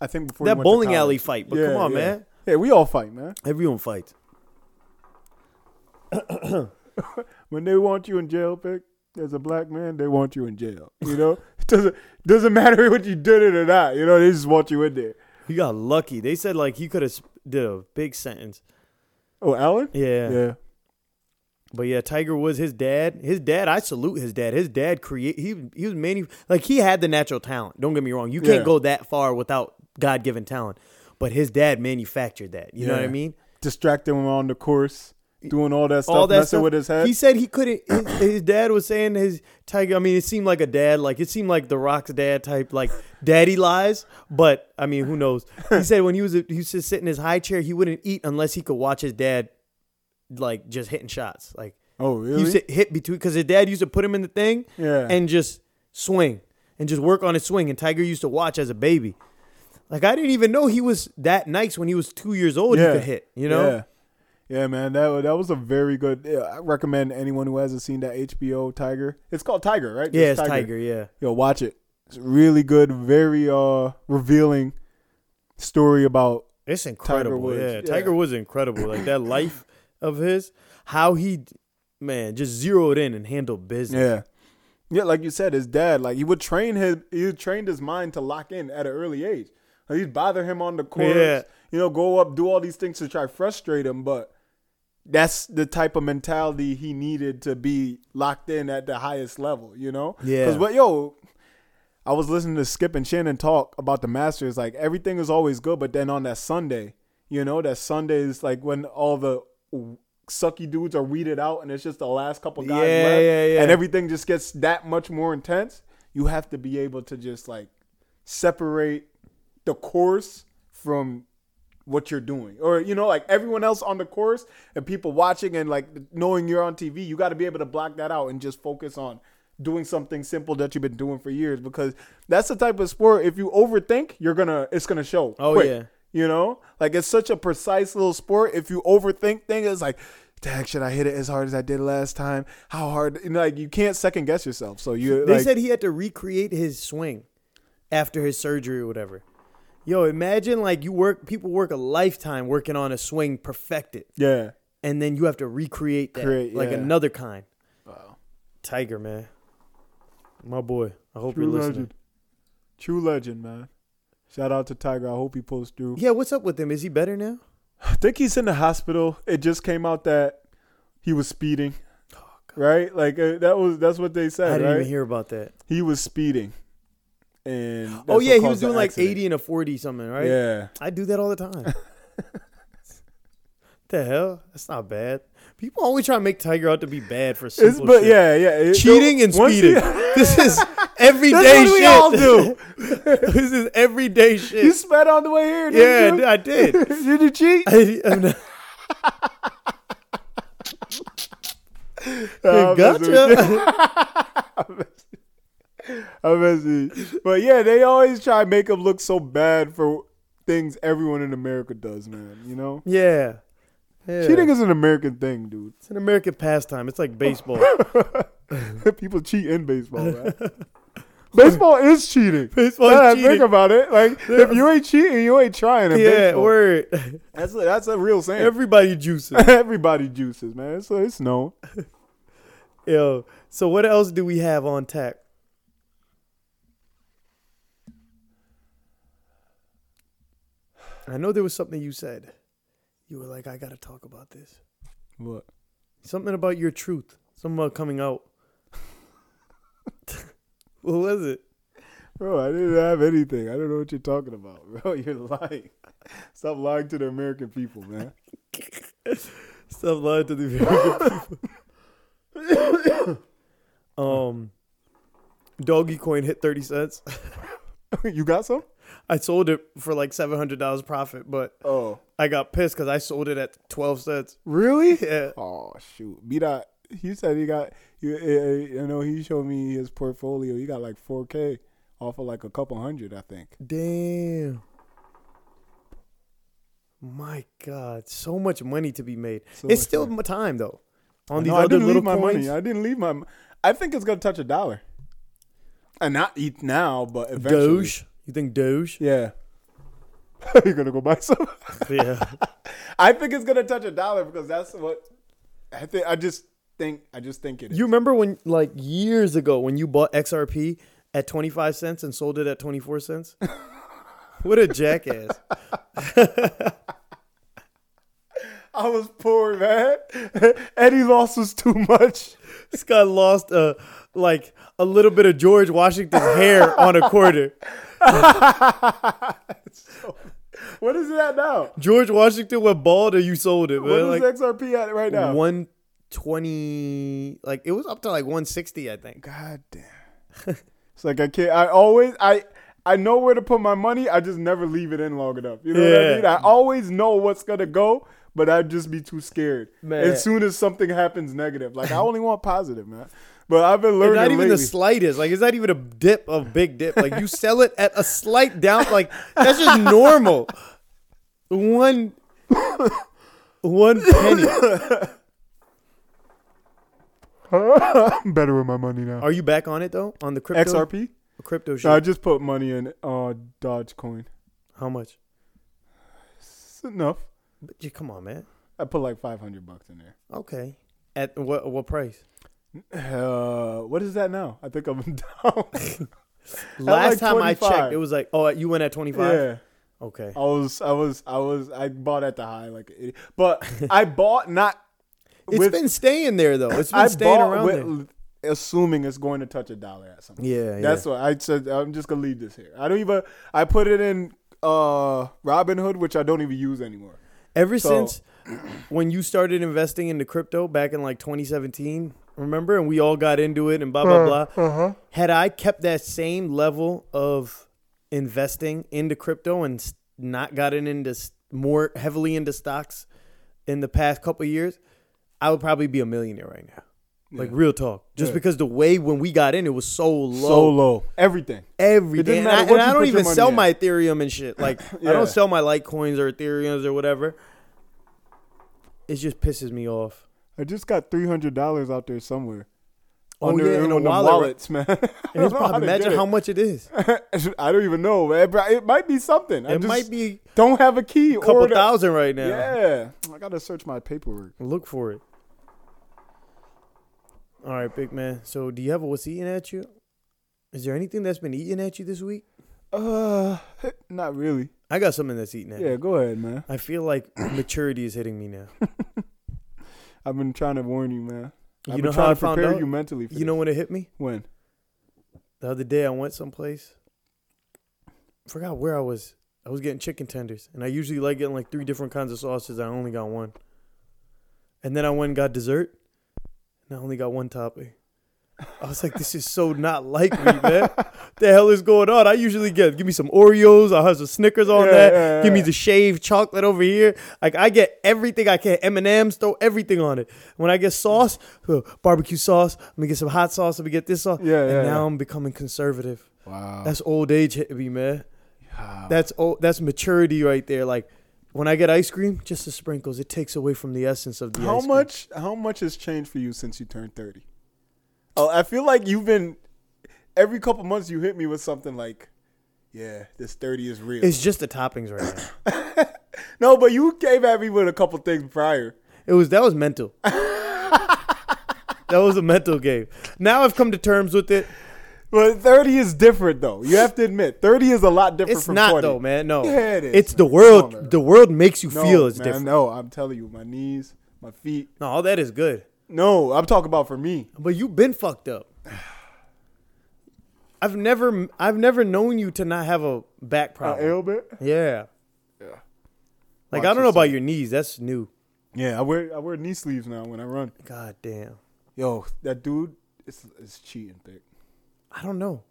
Speaker 3: I think before he
Speaker 2: that
Speaker 3: went to
Speaker 2: bowling
Speaker 3: college.
Speaker 2: alley fight, but
Speaker 3: Yeah,
Speaker 2: come on,
Speaker 3: yeah.
Speaker 2: man.
Speaker 3: Yeah, we all fight, man.
Speaker 2: Everyone fights.
Speaker 3: When they want you in jail, pick as a black man, they want you in jail. You know, doesn't doesn't matter what you did it or not. You know, they just want you in there.
Speaker 2: He got lucky. They said like he could have did a big sentence.
Speaker 3: Oh, Allen?
Speaker 2: Yeah.
Speaker 3: Yeah.
Speaker 2: But yeah, Tiger Woods, his dad, his dad, I salute his dad. His dad create he he was many like he had the natural talent. Don't get me wrong. You can't
Speaker 3: Yeah.
Speaker 2: go that far without God given talent. But his dad manufactured that. You know what I
Speaker 3: Yeah.
Speaker 2: mean?
Speaker 3: Distracting him on the course, doing all that stuff,
Speaker 2: All that
Speaker 3: messing
Speaker 2: stuff.
Speaker 3: with his head.
Speaker 2: He said he couldn't. His, his dad was saying his Tiger. I mean, it seemed like a dad. Like it seemed like the Rock's dad type, like daddy lies. But I mean, who knows? He said when he was he used to sit in his high chair, he wouldn't eat unless he could watch his dad, like just hitting shots. Like
Speaker 3: oh,
Speaker 2: he
Speaker 3: really?
Speaker 2: used to hit between because his dad used to put him in the thing
Speaker 3: Yeah.
Speaker 2: and just swing and just work on his swing. And Tiger used to watch as a baby. Like I didn't even know he was that nice when he was two years old. He could hit. You know.
Speaker 3: Yeah.
Speaker 4: Yeah, man, that wa- that was a very good. Yeah, I recommend anyone who hasn't seen that HBO Tiger. It's called Tiger, right?
Speaker 2: Yeah, it's
Speaker 4: Just
Speaker 2: Tiger. Yeah,
Speaker 4: Yo, watch it. It's a really good, very uh revealing story about
Speaker 2: it's incredible.
Speaker 4: Woods,
Speaker 2: yeah,
Speaker 4: yeah.
Speaker 2: Tiger Woods is incredible. Like that life of his, how he, man, just zeroed in and handled business.
Speaker 4: yeah. Yeah, like you said, his dad, like he would train his he trained his mind to lock in at an early age. Like, he'd bother him on the courts,
Speaker 2: Yeah.
Speaker 4: you know, go up, do all these things to try to frustrate him, but that's the type of mentality he needed to be locked in at the highest level, you know?
Speaker 2: Yeah.
Speaker 4: Because what yo, I was listening to Skip and Shannon talk about the Masters. Like everything is always good, but then on that Sunday, you know, that Sunday is like when all the sucky dudes are weeded out, and it's just the last couple guys
Speaker 2: Yeah,
Speaker 4: left,
Speaker 2: yeah, yeah.
Speaker 4: and everything just gets that much more intense. You have to be able to just like separate the course from what you're doing or you know like everyone else on the course and people watching and like knowing you're on tv you got to be able to block that out and just focus on doing something simple that you've been doing for years because that's the type of sport if you overthink you're gonna it's gonna show
Speaker 2: Oh,
Speaker 4: quick,
Speaker 2: yeah.
Speaker 4: you know like it's such a precise little sport if you overthink things it's like dang should i hit it as hard as i did last time how hard you know, like you can't second guess yourself so you
Speaker 2: They
Speaker 4: like,
Speaker 2: said he had to recreate his swing after his surgery or whatever. Yo, imagine like you work people work a lifetime working on a swing perfect it
Speaker 4: yeah
Speaker 2: and then you have to recreate that
Speaker 4: Create,
Speaker 2: like
Speaker 4: yeah.
Speaker 2: another kind.
Speaker 4: Wow.
Speaker 2: Tiger, man. My boy. I hope
Speaker 4: True
Speaker 2: you're listening.
Speaker 4: legend. True legend, man. Shout out to Tiger. I hope he pulls through.
Speaker 2: Yeah, what's up with him? Is he better now?
Speaker 4: I think he's in the hospital. It just came out that he was speeding. right? Like uh, that was that's what they
Speaker 2: I
Speaker 4: said,
Speaker 2: didn't
Speaker 4: right?
Speaker 2: even hear about that.
Speaker 4: he was speeding. And that's
Speaker 2: oh
Speaker 4: what
Speaker 2: yeah, he
Speaker 4: caused
Speaker 2: was
Speaker 4: the
Speaker 2: doing like
Speaker 4: accident.
Speaker 2: 80 and a 40 something, right?
Speaker 4: Yeah.
Speaker 2: I do that all the time. the hell? That's not bad. People always try to make Tiger out to be bad for simple
Speaker 4: It's, but
Speaker 2: shit.
Speaker 4: yeah, yeah. It-
Speaker 2: cheating and
Speaker 4: once
Speaker 2: speeding.
Speaker 4: he-
Speaker 2: this is everyday
Speaker 4: That's
Speaker 2: shit.
Speaker 4: what we all
Speaker 2: this is everyday
Speaker 4: you
Speaker 2: shit.
Speaker 4: sped on the way here,
Speaker 2: Yeah,
Speaker 4: didn't
Speaker 2: I did.
Speaker 4: you? did you cheat?
Speaker 2: I, I'm not-
Speaker 4: Nah, I'm messing with you.
Speaker 2: gotcha.
Speaker 4: I'm messing with you. But yeah, they always try to make him look so bad for things everyone in America does, man. You know?
Speaker 2: yeah. Yeah.
Speaker 4: Cheating is an American thing, dude.
Speaker 2: It's an American pastime. It's like baseball.
Speaker 4: People cheat in baseball, man. baseball is cheating.
Speaker 2: Baseball
Speaker 4: Now that I
Speaker 2: is
Speaker 4: Think
Speaker 2: cheating.
Speaker 4: about it. Like if you ain't cheating, you ain't trying. In
Speaker 2: yeah,
Speaker 4: baseball.
Speaker 2: word.
Speaker 4: that's a, that's a real saying.
Speaker 2: Everybody juices.
Speaker 4: Everybody juices, man. It's uh, it's known.
Speaker 2: Yo. So what else do we have on tap? I know there was something you said. You were like, I gotta talk about this.
Speaker 4: What?
Speaker 2: Something about your truth. Something about coming out. what was it?
Speaker 4: Bro, I didn't have anything. I don't know what you're talking about, bro. You're lying. Stop lying to the American people, man.
Speaker 2: Stop lying to the American people. um, doggy coin hit thirty cents.
Speaker 4: you got some?
Speaker 2: I sold it for like seven hundred dollars profit, but
Speaker 4: Oh,
Speaker 2: I got pissed because I sold it at twelve cents.
Speaker 4: really?
Speaker 2: Yeah,
Speaker 4: Oh shoot, B dot. He said he got. You, I- I- I know he showed me his portfolio. He got like 4K off of like a couple hundred, I think.
Speaker 2: damn. My God, so much money to be made.
Speaker 4: So
Speaker 2: it's
Speaker 4: much
Speaker 2: still my time though. On these
Speaker 4: No, I
Speaker 2: other
Speaker 4: didn't
Speaker 2: little
Speaker 4: leave my
Speaker 2: coins,
Speaker 4: money. I didn't leave my. m- I think it's gonna touch a dollar, and not eat now, but eventually.
Speaker 2: Doge. You think Doge?
Speaker 4: Yeah. You're gonna go buy some.
Speaker 2: yeah.
Speaker 4: I think it's gonna touch a dollar because that's what. I think. I just think. I just think it is.
Speaker 2: You remember when, like years ago, when you bought XRP at 25 cents and sold it at 24 cents? what a jackass.
Speaker 4: I was poor, man. Eddie lost was too much.
Speaker 2: This guy lost uh, like a little bit of George Washington's hair on a quarter.
Speaker 4: So- what is it at now?
Speaker 2: George Washington went bald and you sold it,
Speaker 4: What
Speaker 2: man.
Speaker 4: is
Speaker 2: Like
Speaker 4: XRP at right now?
Speaker 2: 120, like it was up to like 160, I think.
Speaker 4: God damn. it's like I can't. I always I I know where to put my money. I just never leave it in long enough. You know what I
Speaker 2: Yeah.
Speaker 4: mean? I always know what's gonna go, but I'd just be too scared.
Speaker 2: Man.
Speaker 4: As soon as something happens negative, like I only want positive, man. But I've been learning
Speaker 2: Not even
Speaker 4: lately.
Speaker 2: the slightest. Like, it's not even a dip of big dip. Like, you sell it at a slight down. Like, that's just normal. One one penny.
Speaker 3: I'm better with my money now.
Speaker 2: Are you back on it though? On the crypto
Speaker 3: XRP?
Speaker 2: crypto shit?
Speaker 3: No, I just put money in uh, Dogecoin.
Speaker 2: How much?
Speaker 3: It's enough.
Speaker 2: But you, come on, man.
Speaker 3: I put like 500 bucks in there.
Speaker 2: Okay. At what what price?
Speaker 3: Uh, what is that now? I think I'm down.
Speaker 2: Last time I
Speaker 3: 25.
Speaker 2: checked, it was like, oh, you went at twenty five.
Speaker 3: yeah.
Speaker 2: Okay.
Speaker 3: I was, I was, I was, I bought at the high like an idiot. But I bought not.
Speaker 2: It's
Speaker 3: with-
Speaker 2: been staying there though. It's been
Speaker 3: I
Speaker 2: staying
Speaker 3: bought
Speaker 2: around
Speaker 3: with, assuming it's going to touch a dollar at some point.
Speaker 2: there. Yeah,
Speaker 3: That's
Speaker 2: yeah.
Speaker 3: what I said. I'm just gonna leave this here. I don't even. I put it in uh Robinhood, which I don't even use anymore.
Speaker 2: Ever
Speaker 3: so-
Speaker 2: since when you started investing into crypto back in like 2017, remember? And we all got into it and blah blah blah.
Speaker 3: Uh-huh.
Speaker 2: had I kept that same level of investing into crypto and s- not gotten into s- more heavily into stocks in the past couple of years, I would probably be a millionaire right now. Like real talk, just
Speaker 3: Yeah.
Speaker 2: because the way when we got in, it was so low,
Speaker 3: So low. Everything.
Speaker 2: every
Speaker 3: It doesn't
Speaker 2: day.
Speaker 3: matter
Speaker 2: And I,
Speaker 3: what
Speaker 2: and I
Speaker 3: you
Speaker 2: don't
Speaker 3: put your
Speaker 2: even
Speaker 3: money
Speaker 2: sell
Speaker 3: in.
Speaker 2: my Ethereum and shit. Like I
Speaker 3: Yeah.
Speaker 2: don't sell my Litecoins or Ethereums or whatever. It just pisses me off.
Speaker 3: I just got three hundred dollars out there somewhere.
Speaker 2: Oh,
Speaker 3: Under-
Speaker 2: yeah, in a
Speaker 3: on them
Speaker 2: wallet.
Speaker 3: wallets, man. I
Speaker 2: And
Speaker 3: don't
Speaker 2: it's
Speaker 3: know how
Speaker 2: probably,
Speaker 3: they
Speaker 2: imagine
Speaker 3: did
Speaker 2: how
Speaker 3: it.
Speaker 2: much it is.
Speaker 3: I don't even know, man. But it might be something. I
Speaker 2: it
Speaker 3: just
Speaker 2: might be
Speaker 3: don't have a key.
Speaker 2: a couple
Speaker 3: or the-
Speaker 2: thousand right now.
Speaker 3: Yeah, I gotta search my paperwork.
Speaker 2: Look for it. All right, big man. So, do you have a what's eating at you? Is there anything that's been eating at you this week?
Speaker 3: Uh, not really.
Speaker 2: I got something that's eating at
Speaker 3: Yeah,
Speaker 2: me.
Speaker 3: go ahead, man.
Speaker 2: I feel like maturity is hitting me now.
Speaker 3: I've been trying to warn you, man. I've
Speaker 2: You
Speaker 3: been
Speaker 2: know
Speaker 3: trying
Speaker 2: how I
Speaker 3: to
Speaker 2: found
Speaker 3: prepare
Speaker 2: out?
Speaker 3: you mentally. For
Speaker 2: You know when it hit me?
Speaker 3: when?
Speaker 2: The other day I went someplace. Forgot where I was. I was getting chicken tenders, and I usually like getting like three different kinds of sauces. I only got one. And then I went and got dessert, and I only got one topping. I was like, this is so not like me, man. the hell is going on? I usually get give me some Oreos. I have some Snickers on
Speaker 3: Yeah,
Speaker 2: that.
Speaker 3: yeah,
Speaker 2: Give me
Speaker 3: yeah.
Speaker 2: the shaved chocolate over here. Like I get everything I can. M and M's, throw everything on it. When I get sauce, uh, barbecue sauce. Let me get some hot sauce. Let me get this sauce.
Speaker 3: Yeah,
Speaker 2: And
Speaker 3: yeah,
Speaker 2: now
Speaker 3: yeah.
Speaker 2: I'm becoming conservative.
Speaker 3: Wow.
Speaker 2: That's old age hitting me, man.
Speaker 3: Wow.
Speaker 2: That's old, that's maturity right there. Like when I get ice cream, just the sprinkles. It takes away from the essence of the
Speaker 3: how
Speaker 2: ice cream.
Speaker 3: much? How much has changed for you since you turned thirty? Oh, I feel like you've been every couple months you hit me with something like, "Yeah, this thirty is real."
Speaker 2: It's just the toppings right now.
Speaker 3: no, but you gave at me with a couple things prior.
Speaker 2: It was that was mental. that was a mental game. Now I've come to terms with it.
Speaker 3: But thirty is different, though. You have to admit, thirty is a lot different.
Speaker 2: It's
Speaker 3: from
Speaker 2: not
Speaker 3: 20.
Speaker 2: though, man. No,
Speaker 3: Yeah, it is,
Speaker 2: It's the
Speaker 3: man.
Speaker 2: world.
Speaker 3: Come on, man.
Speaker 2: the world makes you
Speaker 3: No,
Speaker 2: feel it's
Speaker 3: man,
Speaker 2: different.
Speaker 3: No, I'm telling you, my knees, my feet.
Speaker 2: No, all that is good,
Speaker 3: No, I'm talking about for me.
Speaker 2: but you've been fucked up. I've never, I've never known you to not have a back problem.
Speaker 3: ailment.
Speaker 2: Yeah.
Speaker 3: Uh, Yeah.
Speaker 2: Like
Speaker 3: Watch
Speaker 2: I don't know about your knees. That's new.
Speaker 3: Yeah, I wear I wear knee sleeves now when I run.
Speaker 2: God damn.
Speaker 3: Yo, that dude is is cheating thick.
Speaker 2: I don't know.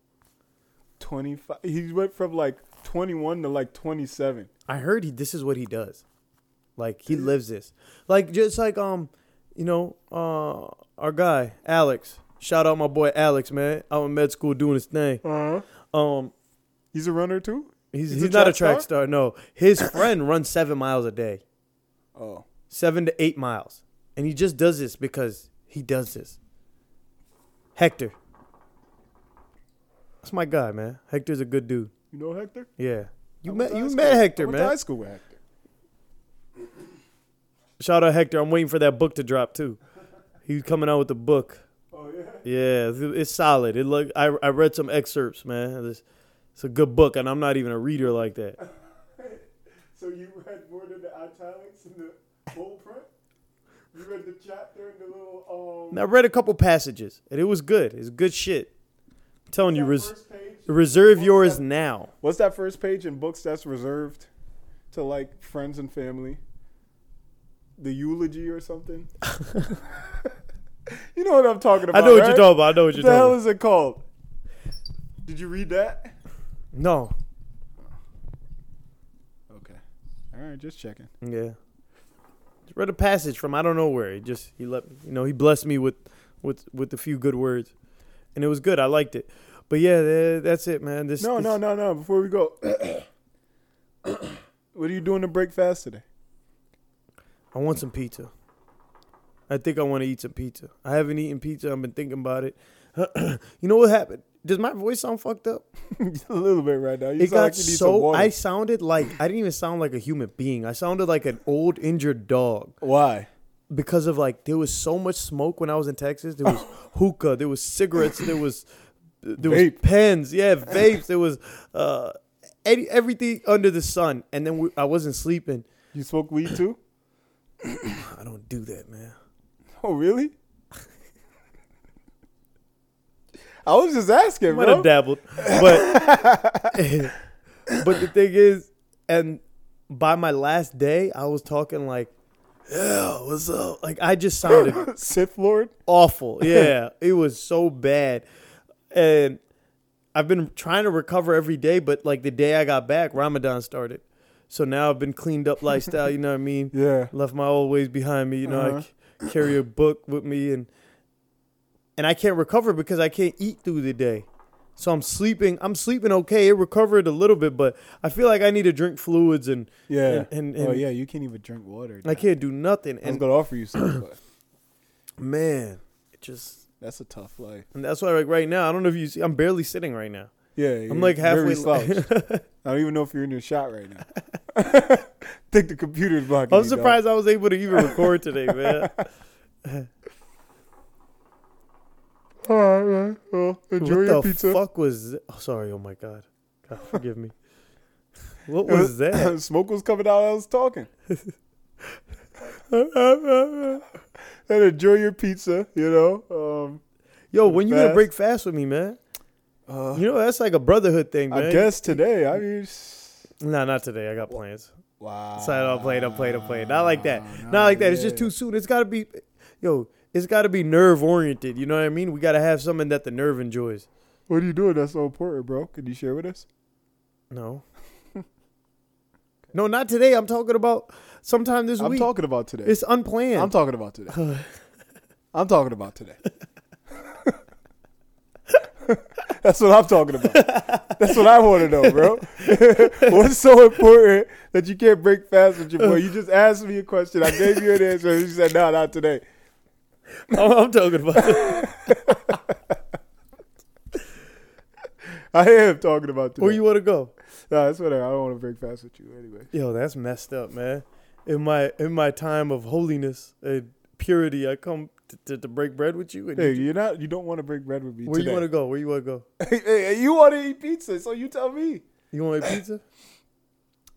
Speaker 3: Twenty five. He went from like twenty one to like twenty seven.
Speaker 2: I heard he. This is what he does. Like he lives this. Like just like um, you know, uh, our guy Alex. Shout out my boy Alex, man. Out in med school doing his thing.
Speaker 3: Uh huh.
Speaker 2: Um,
Speaker 3: He's a runner too.
Speaker 2: he's
Speaker 3: He's
Speaker 2: he's,
Speaker 3: a
Speaker 2: not a
Speaker 3: track
Speaker 2: track star. No, his friend runs seven miles a day,
Speaker 3: Oh,
Speaker 2: seven to eight miles, and he just does this because he does this. Hector. That's my guy, man. Hector's a good dude.
Speaker 3: you know Hector.
Speaker 2: Yeah. You
Speaker 3: I went
Speaker 2: met
Speaker 3: to high
Speaker 2: you met
Speaker 3: school- I
Speaker 2: Hector,
Speaker 3: went
Speaker 2: man.
Speaker 3: To high school with Hector.
Speaker 2: Shout out Hector. I'm waiting for that book to drop too. He's coming out with the book.
Speaker 3: Oh yeah.
Speaker 2: Yeah, it's- it's solid. It look I I read some excerpts, man. It's, it's a good book, and I'm not even a reader like that.
Speaker 3: So you read more than the italics and the bold print. You read the chapter and the little um,
Speaker 2: And I read a couple passages, and it was good. It's good shit. I'm telling you, res-
Speaker 3: page.
Speaker 2: reserve yours now.
Speaker 3: What's that first page in books that's reserved to like friends and family? The eulogy or something? you know what I'm talking
Speaker 2: I
Speaker 3: about.
Speaker 2: know what
Speaker 3: right?
Speaker 2: you're talking about. I know
Speaker 3: What
Speaker 2: what you're
Speaker 3: the hell
Speaker 2: talking about.
Speaker 3: is it called? Did you read that?
Speaker 2: No.
Speaker 3: Okay. All right, just checking.
Speaker 2: Yeah. Just read a passage from I don't know where. He just he let you know he blessed me with with with a few good words, and it was good. I liked it. But yeah, tha- that's it, man. This
Speaker 3: No,
Speaker 2: this-
Speaker 3: no, no, no. Before we go, what are you doing to break fast today?
Speaker 2: I want some pizza. I think I want to eat some pizza. I haven't eaten pizza. I've been thinking about it. you know what happened? Does my voice sound fucked up?
Speaker 3: a little bit right now. You
Speaker 2: it
Speaker 3: sound
Speaker 2: got
Speaker 3: like you need some
Speaker 2: so.
Speaker 3: water.
Speaker 2: I sounded like I didn't even sound like a human being. I sounded like an old injured dog
Speaker 3: Why?
Speaker 2: because of like there was so much smoke when I was in Texas. There was hookah, there was cigarettes, there was there was
Speaker 3: Vape.
Speaker 2: pens, yeah, vapes. There was uh, any, everything under the sun. And then we, I wasn't sleeping.
Speaker 3: You smoke weed too?
Speaker 2: I don't do that, man.
Speaker 3: Oh, really? I was just asking,
Speaker 2: Might have
Speaker 3: bro.
Speaker 2: dabbled, but but the thing is, and by my last day, I was talking like, yeah, what's up? Like I just sounded
Speaker 3: Sith Lord?
Speaker 2: awful. Yeah, it was so bad, and I've been trying to recover every day. But like the day I got back, Ramadan started, so now I've been cleaned up lifestyle. You know what I mean?
Speaker 3: Yeah.
Speaker 2: Left my old ways behind me. You know, I
Speaker 3: Uh-huh.
Speaker 2: c- carry a book with me, and and I can't recover because I can't eat through the day. So I'm sleeping. I'm sleeping okay. It recovered a little bit, but I feel like I need to drink fluids and
Speaker 3: Yeah.
Speaker 2: And- and-
Speaker 3: oh,
Speaker 2: and-
Speaker 3: yeah, you can't even drink water.
Speaker 2: I can't do nothing.
Speaker 3: I was
Speaker 2: And
Speaker 3: going to offer you something, but
Speaker 2: man, it just
Speaker 3: that's a tough life.
Speaker 2: and that's why like right now I don't know if you see I'm barely sitting right now.
Speaker 3: Yeah.
Speaker 2: I'm
Speaker 3: you're
Speaker 2: like
Speaker 3: very
Speaker 2: halfway.
Speaker 3: slouched. I don't even know if you're in your shot right now. think the computer's blocking
Speaker 2: I'm
Speaker 3: you, dog.
Speaker 2: surprised I was able to even record today, man.
Speaker 3: All right, man. Well, enjoy
Speaker 2: what
Speaker 3: your
Speaker 2: the
Speaker 3: pizza.
Speaker 2: fuck was? th- Oh, sorry. Oh my god. God, forgive me. What
Speaker 3: It
Speaker 2: was that?
Speaker 3: Smoke was coming out. I was talking. and enjoy your pizza. You know. Um,
Speaker 2: Yo, when you gonna
Speaker 3: Fast.
Speaker 2: break fast with me, man?
Speaker 3: uh,
Speaker 2: You know that's like a brotherhood thing, man.
Speaker 3: I guess today. I mean, s-
Speaker 2: Nah, not today. I got plans.
Speaker 3: wow.
Speaker 2: So I don't play it. I play it. I play it. Not like that. Not like that. It's just too soon. It's gotta be, yo. It's gotta be nerve oriented. You know what I mean? We gotta have something that the nerve enjoys.
Speaker 3: What are you doing? That's so important, bro. Can you share with us?
Speaker 2: No. no, not today. I'm talking about sometime this
Speaker 3: I'm
Speaker 2: week.
Speaker 3: talking about today.
Speaker 2: it's unplanned.
Speaker 3: I'm talking about today. I'm talking about today. That's what I'm talking about. That's what I want to know, bro. What's so important that you can't break fast with your boy? You just asked me a question. I gave you an answer. And you said, no, not today.
Speaker 2: I'm, I'm talking about.
Speaker 3: I am talking about today.
Speaker 2: Where you want to go?
Speaker 3: Nah, that's whatever. I don't want to break fast with you anyway.
Speaker 2: Yo, that's messed up, man. In my in my time of holiness and purity, I come to, to, to break bread with you. And
Speaker 3: Hey,
Speaker 2: you
Speaker 3: you're not. You don't want to break bread with me
Speaker 2: where
Speaker 3: today.
Speaker 2: you want to go? Where you want to go?
Speaker 3: Hey, hey, you want to eat pizza, so you tell me.
Speaker 2: You want to eat pizza?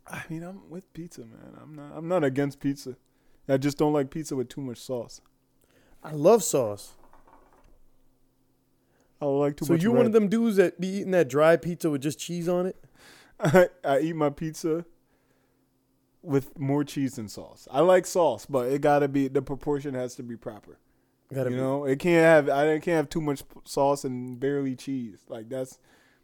Speaker 3: I mean, I'm with pizza, man. I'm not. I'm not against pizza. I just don't like pizza with too much sauce.
Speaker 2: I love sauce.
Speaker 3: I don't like too
Speaker 2: so
Speaker 3: much.
Speaker 2: you
Speaker 3: red.
Speaker 2: one of them dudes that be eating that dry pizza with just cheese on it?
Speaker 3: I, I eat my pizza with more cheese than sauce. I like sauce, but it gotta be the proportion has to be proper.
Speaker 2: Gotta
Speaker 3: you
Speaker 2: be-
Speaker 3: know, it can't have I can't have too much p- sauce and barely cheese. Like that's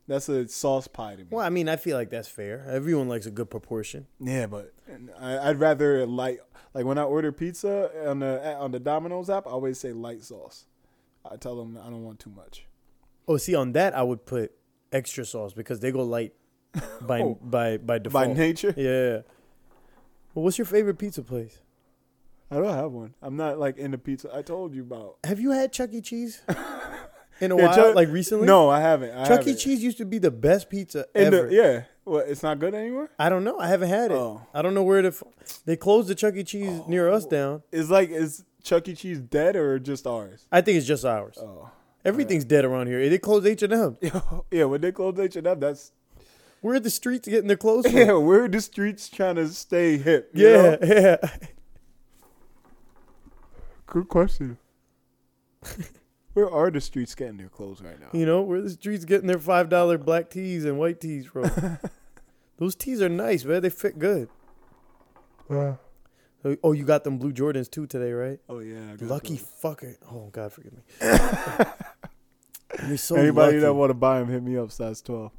Speaker 3: that's a sauce pie to me.
Speaker 2: Well, I mean, I feel like that's fair. Everyone likes a good proportion.
Speaker 3: Yeah, but and I, I'd rather a light. Like when I order pizza on the on the Domino's app, I always say light sauce. I tell them I don't want too much.
Speaker 2: Oh, see, on that I would put extra sauce because they go light by
Speaker 3: Oh.
Speaker 2: by
Speaker 3: By
Speaker 2: by default.
Speaker 3: nature,
Speaker 2: yeah. Well, what's your favorite pizza place?
Speaker 3: I don't have one. I'm not like into pizza. I told you about.
Speaker 2: Have you had Chuck E. Cheese in a
Speaker 3: Yeah,
Speaker 2: while?
Speaker 3: Chuck-
Speaker 2: like recently?
Speaker 3: No, I haven't. I
Speaker 2: Chuck E.
Speaker 3: haven't.
Speaker 2: Cheese used to be the best pizza
Speaker 3: In the-
Speaker 2: ever.
Speaker 3: yeah. What? It's not good anymore.
Speaker 2: I don't know. I haven't had it.
Speaker 3: Oh.
Speaker 2: I don't know where to. F- they closed the Chuck E. Cheese near us down.
Speaker 3: It's like is Chuck E. Cheese dead or just ours?
Speaker 2: I think it's just ours.
Speaker 3: Oh,
Speaker 2: Everything's dead around here. They closed H and M.
Speaker 3: yeah. When they closed H and M, that's
Speaker 2: Where are the streets getting their clothes from?
Speaker 3: yeah. We're the streets trying to stay hip. you
Speaker 2: yeah.
Speaker 3: know?
Speaker 2: yeah.
Speaker 3: Good question. Where are the streets getting their clothes right now?
Speaker 2: You know, where the streets getting their five dollar black tees and white tees from. Those tees are nice, man. They fit good.
Speaker 3: Uh,
Speaker 2: Oh, Oh, you got them blue Jordans too today, right?
Speaker 3: Oh yeah, I got
Speaker 2: Lucky
Speaker 3: those.
Speaker 2: fucker. Oh God, forgive me. You're so
Speaker 3: Anybody
Speaker 2: lucky.
Speaker 3: that want to buy them, hit me up. Size twelve.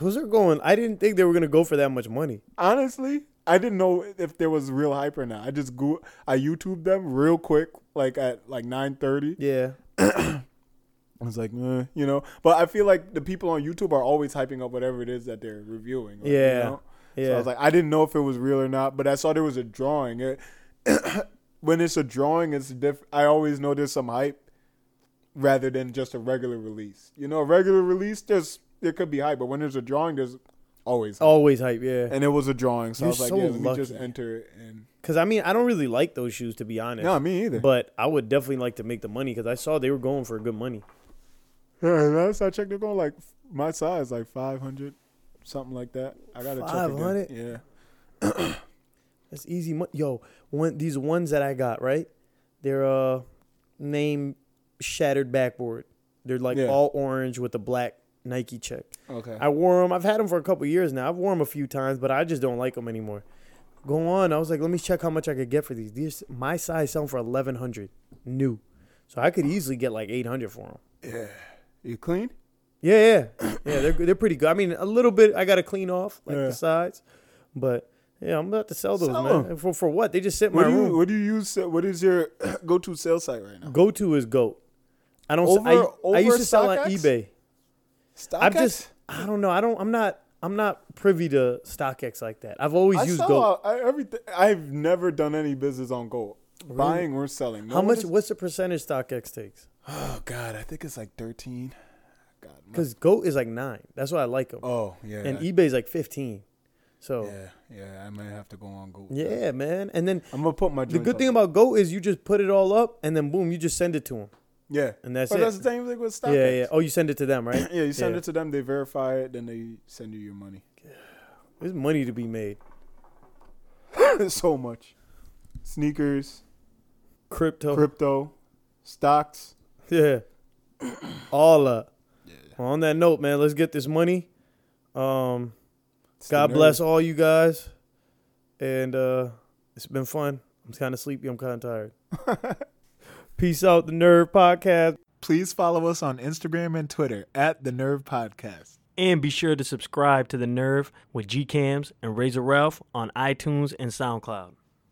Speaker 2: Those are going. I didn't think they were gonna go for that much money.
Speaker 3: Honestly, I didn't know if there was real hype or not. I just go, I YouTubed them real quick, like at like nine thirty.
Speaker 2: Yeah.
Speaker 3: I was like, eh, you know, but I feel like the people on YouTube are always hyping up whatever it is that they're reviewing. like, you
Speaker 2: Yeah.
Speaker 3: know? So I was like, I didn't know if it was real or not, but I saw there was a drawing. It, when it's a drawing, it's diff- I always know there's some hype rather than just a regular release. You know, a regular release, there's there could be hype, but when there's a drawing, there's always. Hype.
Speaker 2: always hype. Yeah,
Speaker 3: And it was a drawing, so I
Speaker 2: You're
Speaker 3: was like,
Speaker 2: so
Speaker 3: yeah, let me just
Speaker 2: lucky.
Speaker 3: enter it. And
Speaker 2: because I mean, I don't really like those shoes to be honest.
Speaker 3: no, me either.
Speaker 2: but I would definitely like to make the money because I saw they were going for good money.
Speaker 3: Yeah, last I checked, they're going like f- my size, like five hundred, something like that. I gotta check
Speaker 2: 500?
Speaker 3: again. Yeah,
Speaker 2: That's easy money. Yo, one these ones that I got right, they're uh name shattered backboard. They're like
Speaker 3: Yeah.
Speaker 2: all orange with a black Nike check.
Speaker 3: okay.
Speaker 2: I wore them. I've had them for a couple years now. I've worn them a few times, but I just don't like them anymore. Go on. I was like, let me check how much I could get for these. These my size selling for eleven hundred new, so I could easily get like eight hundred for them.
Speaker 3: yeah, you clean?
Speaker 2: Yeah, yeah, yeah. They're they're pretty good. I mean, a little bit. I got to clean off like
Speaker 3: Yeah.
Speaker 2: the sides, but yeah, I'm about to sell those,
Speaker 3: Sell
Speaker 2: man.
Speaker 3: 'em.
Speaker 2: And For for what? They just sit in my
Speaker 3: What do you
Speaker 2: room.
Speaker 3: What do you use? uh, What is your go-to sales site right now?
Speaker 2: Go to is goat. I don't. s-
Speaker 3: Over-
Speaker 2: I, I
Speaker 3: over
Speaker 2: used to sell on
Speaker 3: StockX?
Speaker 2: eBay.
Speaker 3: StockX.
Speaker 2: I'm just. I don't know. I don't. I'm not. I'm not privy to StockX like that. I've always
Speaker 3: I
Speaker 2: used
Speaker 3: sell
Speaker 2: Goat.
Speaker 3: out- I, everything. I've never done any business on Gold, buying or selling. No
Speaker 2: How
Speaker 3: one
Speaker 2: much?
Speaker 3: is-
Speaker 2: What's the percentage StockX takes?
Speaker 3: oh God, I think it's like thirteen. God. my-
Speaker 2: Because Goat is like nine. That's why I like them.
Speaker 3: oh yeah.
Speaker 2: and eBay's like fifteen. So yeah,
Speaker 3: yeah, yeah. I might have to go on Gold.
Speaker 2: man. And then
Speaker 3: I'm gonna put my.
Speaker 2: the good thing about Goat is you just put it all up, and then boom, you just send it to them.
Speaker 3: yeah,
Speaker 2: and that's
Speaker 3: but
Speaker 2: it.
Speaker 3: that's the same thing with StockX.
Speaker 2: Yeah, yeah. Oh, you send it to them, right?
Speaker 3: Yeah, you send
Speaker 2: Yeah.
Speaker 3: it to them, they verify it, then they send you your money.
Speaker 2: There's money to be made.
Speaker 3: so much. Sneakers,
Speaker 2: Crypto.
Speaker 3: crypto, stocks.
Speaker 2: yeah. All up.
Speaker 3: Yeah.
Speaker 2: Well, on that note, man, let's get this money. Um,
Speaker 3: It's the
Speaker 2: God
Speaker 3: nerve.
Speaker 2: bless all you guys. And uh it's been fun. I'm kind of sleepy. I'm kind of tired. Peace out, the Nerve Podcast.
Speaker 1: Please follow us on Instagram and Twitter at The Nerve Podcast.
Speaker 5: And be sure to subscribe to The Nerve with G Cams and Razor Ralph on iTunes and SoundCloud.